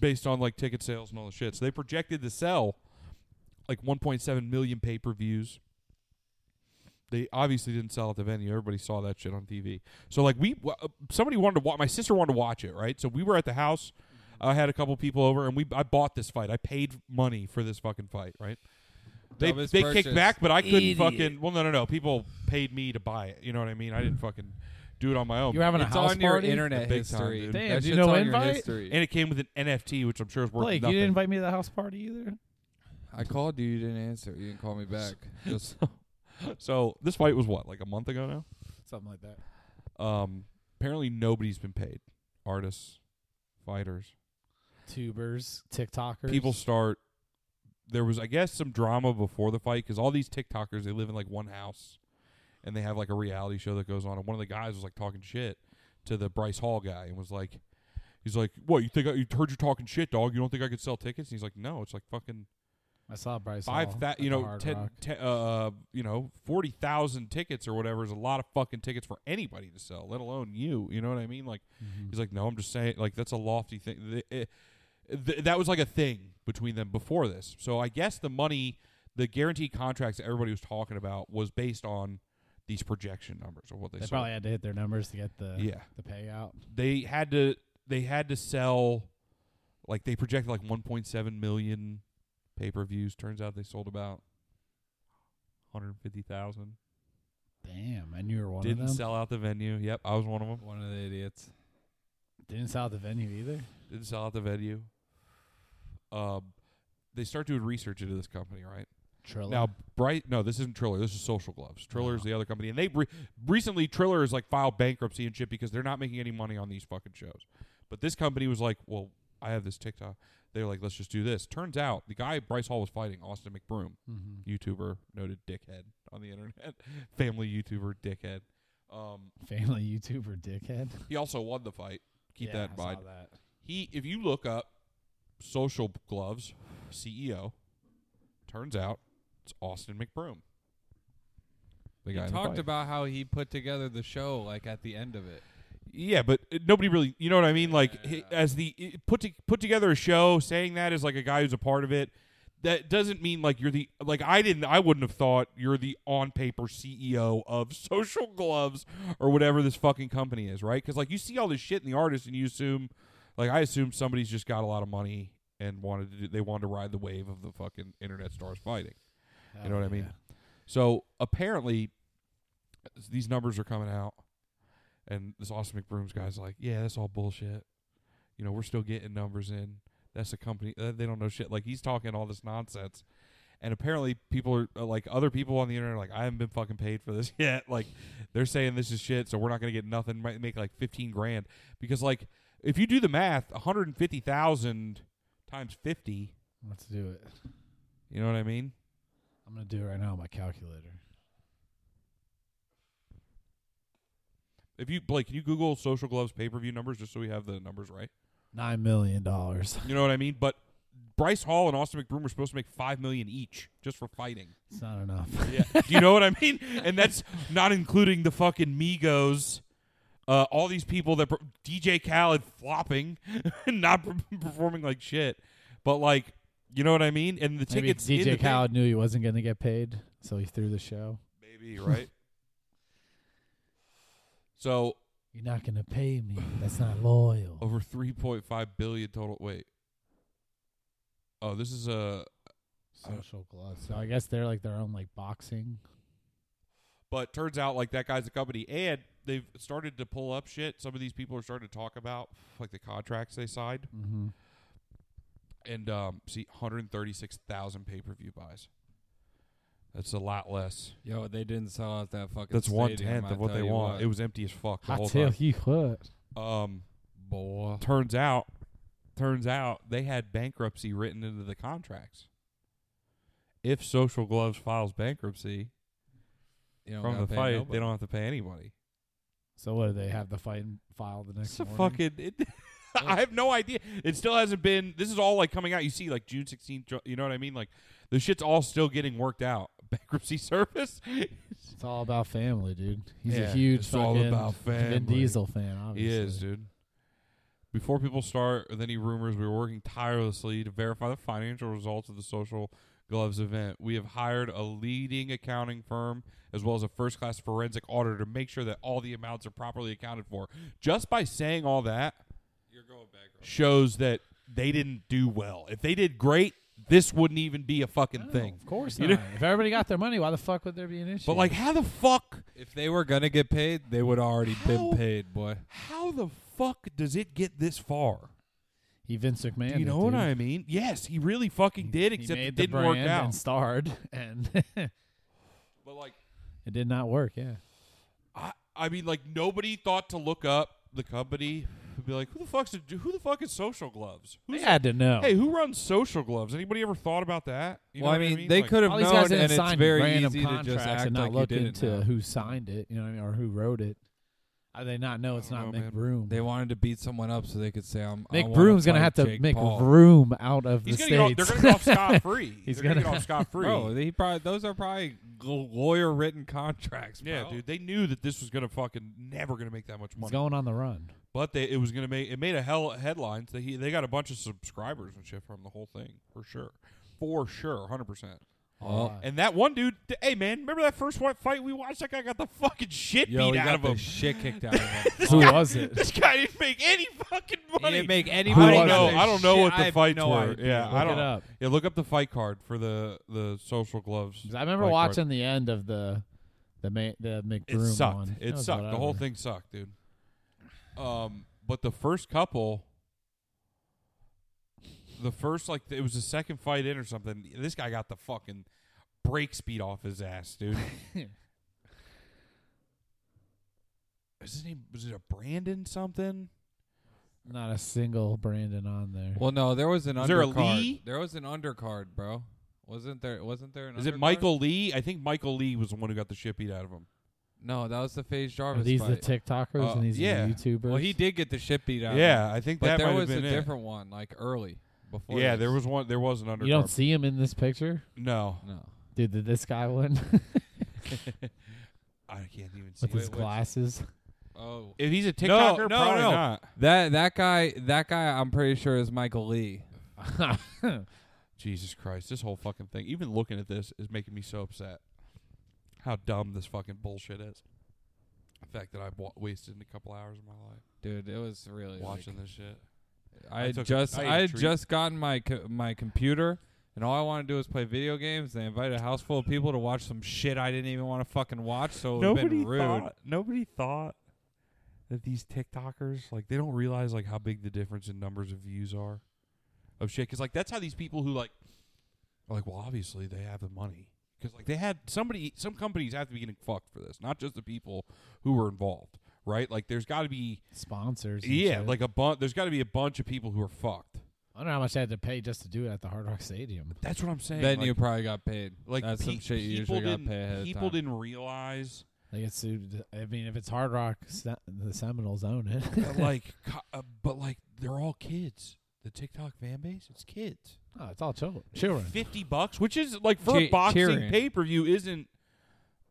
C: Based on like ticket sales and all the shit. So they projected to sell like 1.7 million pay per views. They obviously didn't sell at the venue. Everybody saw that shit on TV. So like we, w- uh, somebody wanted to watch. My sister wanted to watch it, right? So we were at the house. I had a couple people over, and we I bought this fight. I paid money for this fucking fight, right? They
B: Dumbest
C: they
B: purchase.
C: kicked back, but I couldn't fucking. Well, no, no, no. People paid me to buy it. You know what I mean? I didn't fucking do it on my own.
A: You were having a
B: it's
A: house
B: on your
A: party?
B: internet
C: The big
B: history.
C: time, dude.
A: Damn,
B: That
A: do you
B: shit's
A: know
B: on your
A: invite?
B: history.
C: And it came with an NFT, which I'm sure is worth
A: Blake, you
C: nothing.
A: didn't invite me to the house party either.
B: I called you. You didn't answer. You didn't call me back. Just
C: so this fight was what, like a month ago
A: Something like that.
C: now? Um, apparently nobody's been paid. Artists, fighters,
A: Tubers, TikTokers.
C: people start. There was, I guess, some drama before the fight because all these TikTokers they live in like one house, and they have like a reality show that goes on. And one of the guys was like talking shit to the Bryce Hall guy and was like, "He's like, what you think? I you heard you talking shit, dog. You don't think I could sell tickets?" And he's like, "No, it's like fucking
A: I saw Bryce.
C: five
A: Hall
C: thou-
A: at
C: you
A: the
C: know
A: Hard
C: ten,
A: Rock.
C: ten uh you know forty thousand tickets or whatever is a lot of fucking tickets for anybody to sell, let alone you. You know what I mean? Like
A: Mhm.
C: he's like, no, I'm just saying, like that's a lofty thing. Th- it- th- that was like a thing between them before this. So I guess the money, the guaranteed contracts that everybody was talking about was based on these projection numbers of what they,
A: They
C: sold.
A: probably had to hit their numbers to get the
C: yeah
A: the payout.
C: they had to they had to sell like they projected like 1.7 million pay-per-views turns out they sold about 150,000
A: Damn, and you were one
C: didn't
A: of them.
C: sell out the venue yep I was one of them
B: one of the idiots.
A: Didn't sell at the venue either.
C: didn't sell out the venue um they start doing research into this company right
A: Triller.
C: now bright no this isn't Triller this is Social Gloves Triller is the other company and they re- recently Triller has like filed bankruptcy and shit because they're not making any money on these fucking shows But this company was like, well, I have this TikTok. They're like, let's just do this. Turns out the guy Bryce Hall was fighting Austin McBroom,
A: Mm-hmm.
C: YouTuber, noted dickhead on the internet, family YouTuber, dickhead. Um,
A: Family YouTuber dickhead.
C: he also won the fight. Keep
A: Yeah,
C: that
A: I
C: in
A: saw
C: mind.
A: that.
C: He, if you look up Social Gloves CEO, turns out it's Austin McBroom. The
B: He
C: guy in the
B: talked
C: fight.
B: about how he put together the show like at the end of it.
C: Yeah, but uh, nobody really, you know what I mean? Like hi- as the i- put to, put together a show, saying that as like a guy who's a part of it, that doesn't mean like you're the like I didn't I wouldn't have thought you're the on paper CEO of Social Gloves or whatever this fucking company is, right? Cuz like you see all this shit in the artist and you assume like I assume somebody's just got a lot of money and wanted to do, they wanted to ride the wave of the fucking internet stars fighting. You know what I mean? So apparently, s- these numbers are coming out, and this Austin McBroom's guy's like, "Yeah, that's all bullshit. You know, we're still getting numbers in. That's a company. Uh, they don't know shit. Like he's talking all this nonsense." And apparently, people are uh, like other people on the internet. Are like, I haven't been fucking paid for this yet. Like, they're saying this is shit, so we're not gonna get nothing. Might make like fifteen grand because, like, if you do the math, one hundred and fifty thousand times fifty.
A: Let's do it.
C: You know what I mean?
A: I'm gonna do it right now on my calculator.
C: If you Blake, can you Google Social Gloves pay per view numbers just so we have the numbers right?
A: Nine million dollars.
C: You know what I mean? But Bryce Hall and Austin McBroom were supposed to make five million each just for fighting.
A: It's not enough.
C: Yeah. Do you know what I mean? And that's not including the fucking Migos. Uh, all these people that per- DJ Khaled flopping, and not per- performing like shit, but like you know what I mean. And the
A: Maybe
C: tickets, in the
A: DJ
C: thing-
A: Khaled knew he wasn't gonna get paid, so he threw the show.
C: maybe right. so
A: You're not gonna pay me. That's not loyal.
C: over 3.5 billion total. Wait. Oh, this is a.
A: Social gloves. So I guess they're like their own like boxing.
C: But turns out like that guy's a company, and they've started to pull up shit. Some of these people are starting to talk about like the contracts they signed,
A: Mm-hmm.
C: and um, see 136,000 pay per view buys. That's a lot less.
B: Yo, they didn't sell out that fucking.
C: That's one
B: stadium,
C: tenth
B: I'll
C: of what
B: tell
C: they
B: you
C: want.
B: what.
C: It was empty as fuck the
A: I
C: whole
A: tell
C: time.
A: you what.
C: Um,
B: boy.
C: turns out, turns out they had bankruptcy written into the contracts. If Social Gloves files bankruptcy,
B: You don't
C: from
B: gotta
C: the
B: pay
C: fight,
B: nobody.
C: they don't have to pay anybody.
A: So what do they have the fight and file the next
C: It's a
A: morning?
C: fucking. It, I have no idea. It still hasn't been. This is all like coming out. You see, like June sixteenth. You know what I mean? Like the shit's all still getting worked out. Bankruptcy service.
A: It's all about family, dude. He's a
C: Yeah,
A: huge
C: it's all
A: fucking
C: about family.
A: Vin Diesel fan,
C: he
A: obviously.
C: is, dude. Before people start with any rumors, we are working tirelessly to verify the financial results of the social gloves event. We have hired a leading accounting firm as well as a first class forensic auditor to make sure that all the amounts are properly accounted for. Just by saying all that,
B: You're going bankrupt.
C: shows that they didn't do well. If they did great, this wouldn't even be a fucking
A: No,
C: thing.
A: Oh, Of course
C: You
A: not.
C: know-
A: If everybody got their money, why the fuck would there be an issue?
C: But like, how the fuck?
B: If they were gonna get paid, they would already
C: How-
B: been paid, boy.
C: How the fuck does it get this far?
A: he Vince McMahon.
C: Do you
A: it,
C: know what
A: dude.
C: I mean? Yes, he really fucking did,
A: He
C: except
A: made
C: it
A: the
C: didn't work
A: brand
C: out.
A: and starred, and
C: But like,
A: it did not work. Yeah,
C: I, I mean, like nobody thought to look up the company and be like, who the fuck's a, who the fuck is Social Gloves?
A: they
C: Who's,
A: had to know.
C: Hey, who runs Social Gloves? Anybody ever thought about that? You
B: well,
C: know
B: I
C: what
B: mean, they
C: Like,
B: could have
A: all these guys
B: known,
A: didn't
B: and it's
A: sign
B: very
A: random
B: easy to
A: contracts
B: just act
A: and not
B: like
A: look
B: you didn't.
A: into
B: know.
A: who signed it. You know what I mean, or who wrote it. How do they not know it's
C: I
A: not
C: don't know, man.
A: McBroom?
B: They wanted to beat someone up so they could say, "I'm." I wanna
A: McBroom's gonna
B: fight
A: have to
B: Jake
A: make
B: Paul.
A: room out of
C: He's
A: the
C: gonna get off,
A: states.
C: they're gonna get off scot free.
A: He's
C: they're gonna,
A: gonna-
C: get off scot free.
B: Bro, he probably those are probably lawyer written contracts.
C: Yeah,
B: bro.
C: dude, they knew that this was gonna fucking never gonna make that much
A: He's
C: money.
A: going on the run.
C: But they it was gonna make it made a hell of headlines. They he, they got a bunch of subscribers and shit from the whole thing for sure, for sure, hundred percent.
B: Oh,
A: Uh,
C: And that one dude, th- hey man, remember that first one fight we watched? That guy got the fucking shit
B: Yo, he
C: beat out
B: got
C: of
B: the
C: him.
B: shit kicked out of him.
A: who was it?
C: this guy didn't make any fucking
B: He
C: money.
B: didn't make any.
C: I
A: Who
C: don't
A: was
C: know.
A: it?
C: I don't know
B: Shit,
C: what
B: I
C: the
B: have
C: fights
B: no
C: were.
B: idea.
C: Yeah, I
A: Look
C: don't.
A: it up.
C: Yeah, look up the fight card for the the social gloves.
A: 'Cause I remember
C: fight card.
A: watching the end of the the ma- the
C: It
A: McBroom
C: sucked.
A: one.
C: It
A: was
C: sucked. The whole
A: whatever.
C: thing sucked, dude. Um, but the first couple, the first like it was the second fight in or something. This guy got the fucking brake speed off his ass, dude. Is his name was it a Brandon something?
A: Not a single Brandon on there.
B: Well, no, there was an
C: Is
B: undercard.
C: there a Lee?
B: There was an undercard, bro. Wasn't there? Wasn't there an?
C: Is it
B: undercard?
C: Michael Lee? I think Michael Lee was the one who got the shit beat out of him.
B: No, that was the Phase Jarvis
A: Are these
B: fight.
A: the TikTokers
C: Uh,
A: and these
C: yeah.
A: are the YouTubers?
B: well, he did get the shit beat out. of him.
C: yeah, I think
B: but
C: that
B: there
C: might
B: was
C: have
B: a
C: been it.
B: different one, like early before.
C: Yeah,
B: this.
C: there was one. There was an undercard.
A: You don't see him in this picture?
C: no,
B: no.
A: Dude, did this guy win
C: I can't even see.
A: with his
C: it.
A: glasses?
B: Oh,
C: If he's a
E: TikToker,
C: no, no,
E: probably
C: no.
E: not.
B: that that guy, that guy, I'm pretty sure is Michael Lee.
C: Jesus Christ, this whole fucking thing. Even looking at this is making me so upset. How dumb this fucking bullshit is. The fact that I've wa- wasted a couple hours of my life
B: Dude, it was really
C: watching
B: like-
C: this shit.
B: I,
C: I
B: had
C: took a-
B: just
C: I
B: I,
C: ate a
B: had
C: treat.
B: just gotten my co- my computer, and all I wanted to do was play video games. They invited a house full of people to watch some shit I didn't even want to fucking watch. So it would've
C: Nobody
B: been rude.
C: thought. Nobody thought that these TikTokers like they don't realize like how big the difference in numbers of views are of shit. Because like that's how these people who like are like well obviously they have the money because like they had somebody some companies have to be getting fucked for this, not just the people who were involved, right? Like there's got to be
A: Sponsors. and
C: yeah
A: shit.
C: like a bunch. There's got to be a bunch of people who are fucked.
A: I don't know how much they had to pay just to do it at the Hard Rock Stadium.
C: That's what I'm saying.
B: Then
C: like,
B: you probably got paid.
C: like
B: that's some
C: pe-
B: shit you
C: people
B: usually got
C: didn't-
B: paid ahead
C: People
B: of time.
C: didn't realize
A: They get sued. I mean, if it's Hard Rock, Se- the Seminoles own it.
C: but like, co- uh, but like, they're all kids. The TikTok fan base, it's kids.
A: oh, it's all children. Children.
C: Fifty bucks, which is like for a
B: Che-
C: boxing
B: cheering.
C: pay per view, isn't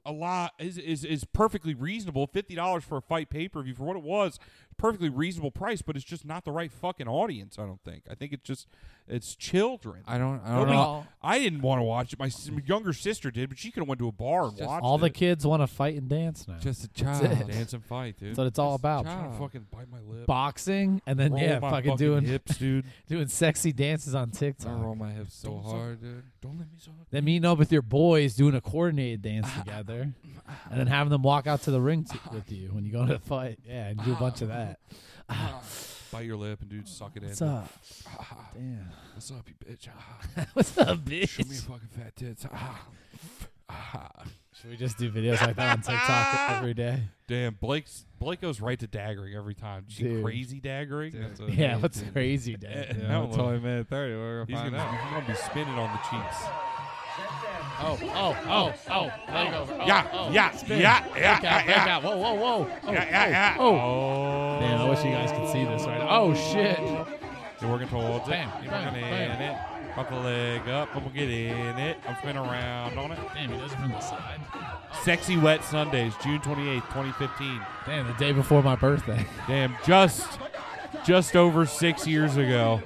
C: a lot. Is is is perfectly reasonable. Fifty dollars for a fight pay per view for what it was, perfectly reasonable price. But it's just not the right fucking audience. I don't think. I think it's just it's children.
B: I don't. I don't
C: Nobody-
B: know.
C: I didn't want to watch it. My s- younger sister did, but she could have went to a bar and
B: Just
C: watched
A: All the
C: it.
A: kids want to fight and dance now.
B: Just a child.
A: it.
C: dance and fight, dude.
A: That's what it's all about.
C: I'm trying to
B: Child.
C: fucking bite my lip.
A: Boxing and then
C: Roll
A: yeah,
C: my
A: fucking doing
C: hips, dude.
A: doing sexy dances on
B: I
A: TikTok.
B: roll my hips so
C: Don't suck.
B: hard, dude.
C: Don't let me. So-
A: Then meeting up with your boys doing a coordinated dance together, and then having them walk out to the ring t- with you when you go to the fight. Yeah, and do a
C: Oh,
A: bunch of that.
C: Bite your lip and dude, suck it
A: What's
C: in.
A: up? Damn.
C: What's up, you bitch? Ah,
A: What's up,
C: show me your
A: bitch?
C: fucking fat tits. Ah. Ah.
A: Should we just do videos like that on TikTok every day?
C: Damn, Blake's Blake goes right to daggering every time. She
A: Dude.
C: crazy daggering. That's a-
A: Yeah, what's crazy, Dad?
C: Eh,
B: Yeah,
C: that
B: I'm
C: one-
B: totally made it thirty. We're
C: he's,
B: gonna
C: gonna,
B: find out.
C: he's gonna be spinning on the cheeks.
A: Oh, oh, oh, oh, leg over. Oh,
C: Yeah,
A: oh.
C: yeah,
A: Spin.
C: yeah, yeah,
A: Back
C: yeah,
A: out, back
C: yeah,
A: out. Whoa, whoa, whoa. Oh,
C: yeah, yeah, yeah.
A: oh.
C: Oh.
A: Man, I wish you guys could see this right now. Oh, shit.
C: You're working towards it.
A: Bam,
C: You're
A: bam,
C: working
A: bam.
C: in it. Pop a leg up. I'm gonna get in it. I'm spinning around on it.
A: Damn, he does it from the side.
C: Sexy Wet Sundays, June 28th, 2015.
A: Damn, the day before my birthday.
C: Damn, just just over six years ago.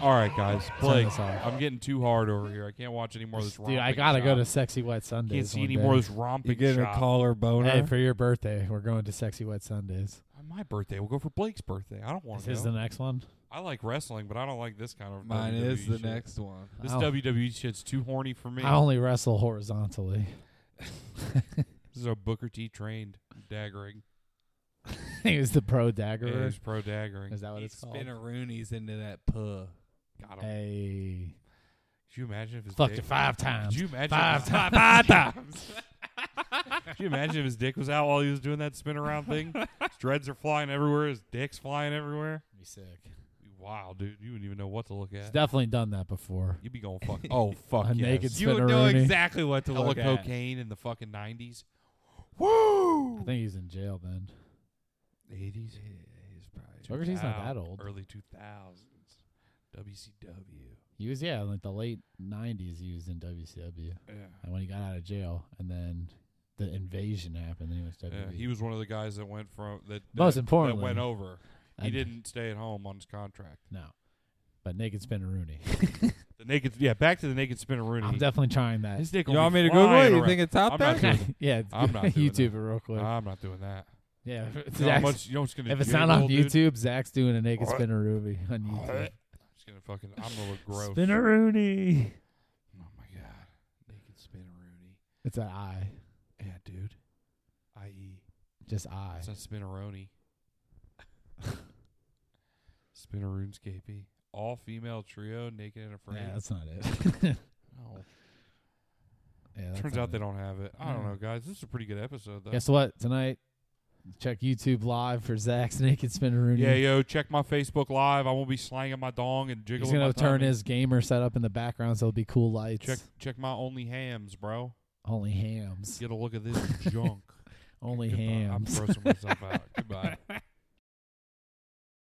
C: All right, guys. Blake,
A: us off.
C: I'm getting too hard over here. I can't watch any more of this.
A: Dude, I
C: romping
A: gotta go
C: shop.
A: to Sexy Wet Sundays.
C: Can't see
A: one
C: any
A: day.
C: more of this romping
B: You get a
C: shop.
B: collar boner.
A: Hey, for your birthday, we're going to Sexy Wet Sundays.
C: On my birthday, we'll go for Blake's birthday. I don't want
A: Is
C: to.
A: his the next one?
C: I like wrestling, but I don't like this kind of.
B: Mine
C: WWE
B: is the
C: shit.
B: next one.
C: This
A: Ow.
C: WWE shit's too horny for me.
A: Oh. I only wrestle horizontally.
C: This is a Booker T trained daggering.
A: he was the pro daggerer.
C: He's pro daggering.
A: Is that what
B: He
A: it's called?
B: spinneroonies into that puh.
C: Got him.
A: Hey,
C: Could you imagine if his
A: fucked
C: dick-
A: it five times.
C: Could you imagine
A: Five
C: if-
A: times. Five times.
C: Could you imagine if his dick was out while he was doing that spin around thing? His dreads are flying everywhere. His dick's flying everywhere.
A: Be sick.
C: Wow, dude, you wouldn't even know what to look
A: He's
C: at.
A: definitely done that before.
C: You'd be going fuck. Oh fuck,
A: A
C: yes.
A: naked
C: You would know
A: spinneroonie.
C: exactly what to look at. cocaine in the fucking nineties. Woo.
A: I think he's in jail then.
C: Eighties.
A: Booker T's not that old.
C: Early two thousands. WCW.
A: He was yeah, in like the late '90s. He was in WCW,
C: Yeah.
A: and when he got out of jail, and then the invasion happened, then he was WWE.
C: Yeah, he was one of the guys that went from that.
A: Most
C: that,
A: importantly,
C: that went over. He
A: And-
C: didn't stay at home on his contract.
A: no, but naked spin Rooney.
C: The naked, yeah, back to the naked spinner Rooney.
A: I'm definitely trying that.
C: His dick
B: You
C: will
B: want
C: be
B: me to Google it?
C: flying
B: You
C: around.
B: think it's out
C: I'm
B: there?
C: not doing
A: yeah,
C: I'm not doing
A: YouTube it real quick.
C: I'm not doing that.
A: yeah,
C: You know how
A: Zach's-
C: much, you know what's gonna
A: if it's
C: giggle,
A: not on
C: dude?
A: YouTube, Zach's doing a naked spin Rooney on YouTube.
C: I'm just gonna fucking. I'm gonna look gross.
A: Spinner Rooney.
C: Oh my god, naked spinner Rooney.
A: It's an I,
C: Yeah, dude. I.e.
A: just I.
C: It's not spinneroni. spinner RuneScapey. All female trio, naked and afraid.
A: Yeah, that's not it.
C: Oh.
A: yeah, that's
C: Turns
A: not
C: out they
A: it.
C: don't have it. I don't
A: Mm.
C: know, guys. This is a pretty good episode, though.
A: Guess what? Tonight, Check YouTube live for Zach's naked spinneroony.
C: Yeah, yo, check my Facebook Live. I won't be slanging my dong and jiggling.
A: He's gonna
C: my
A: turn
C: tummy.
A: his gamer setup in the background, so it'll be cool lights.
C: check check my only hams, bro.
A: Only hams.
C: Get a look at this junk.
A: Only
C: Goodbye. I'm
A: hams.
C: grossing myself out. Goodbye.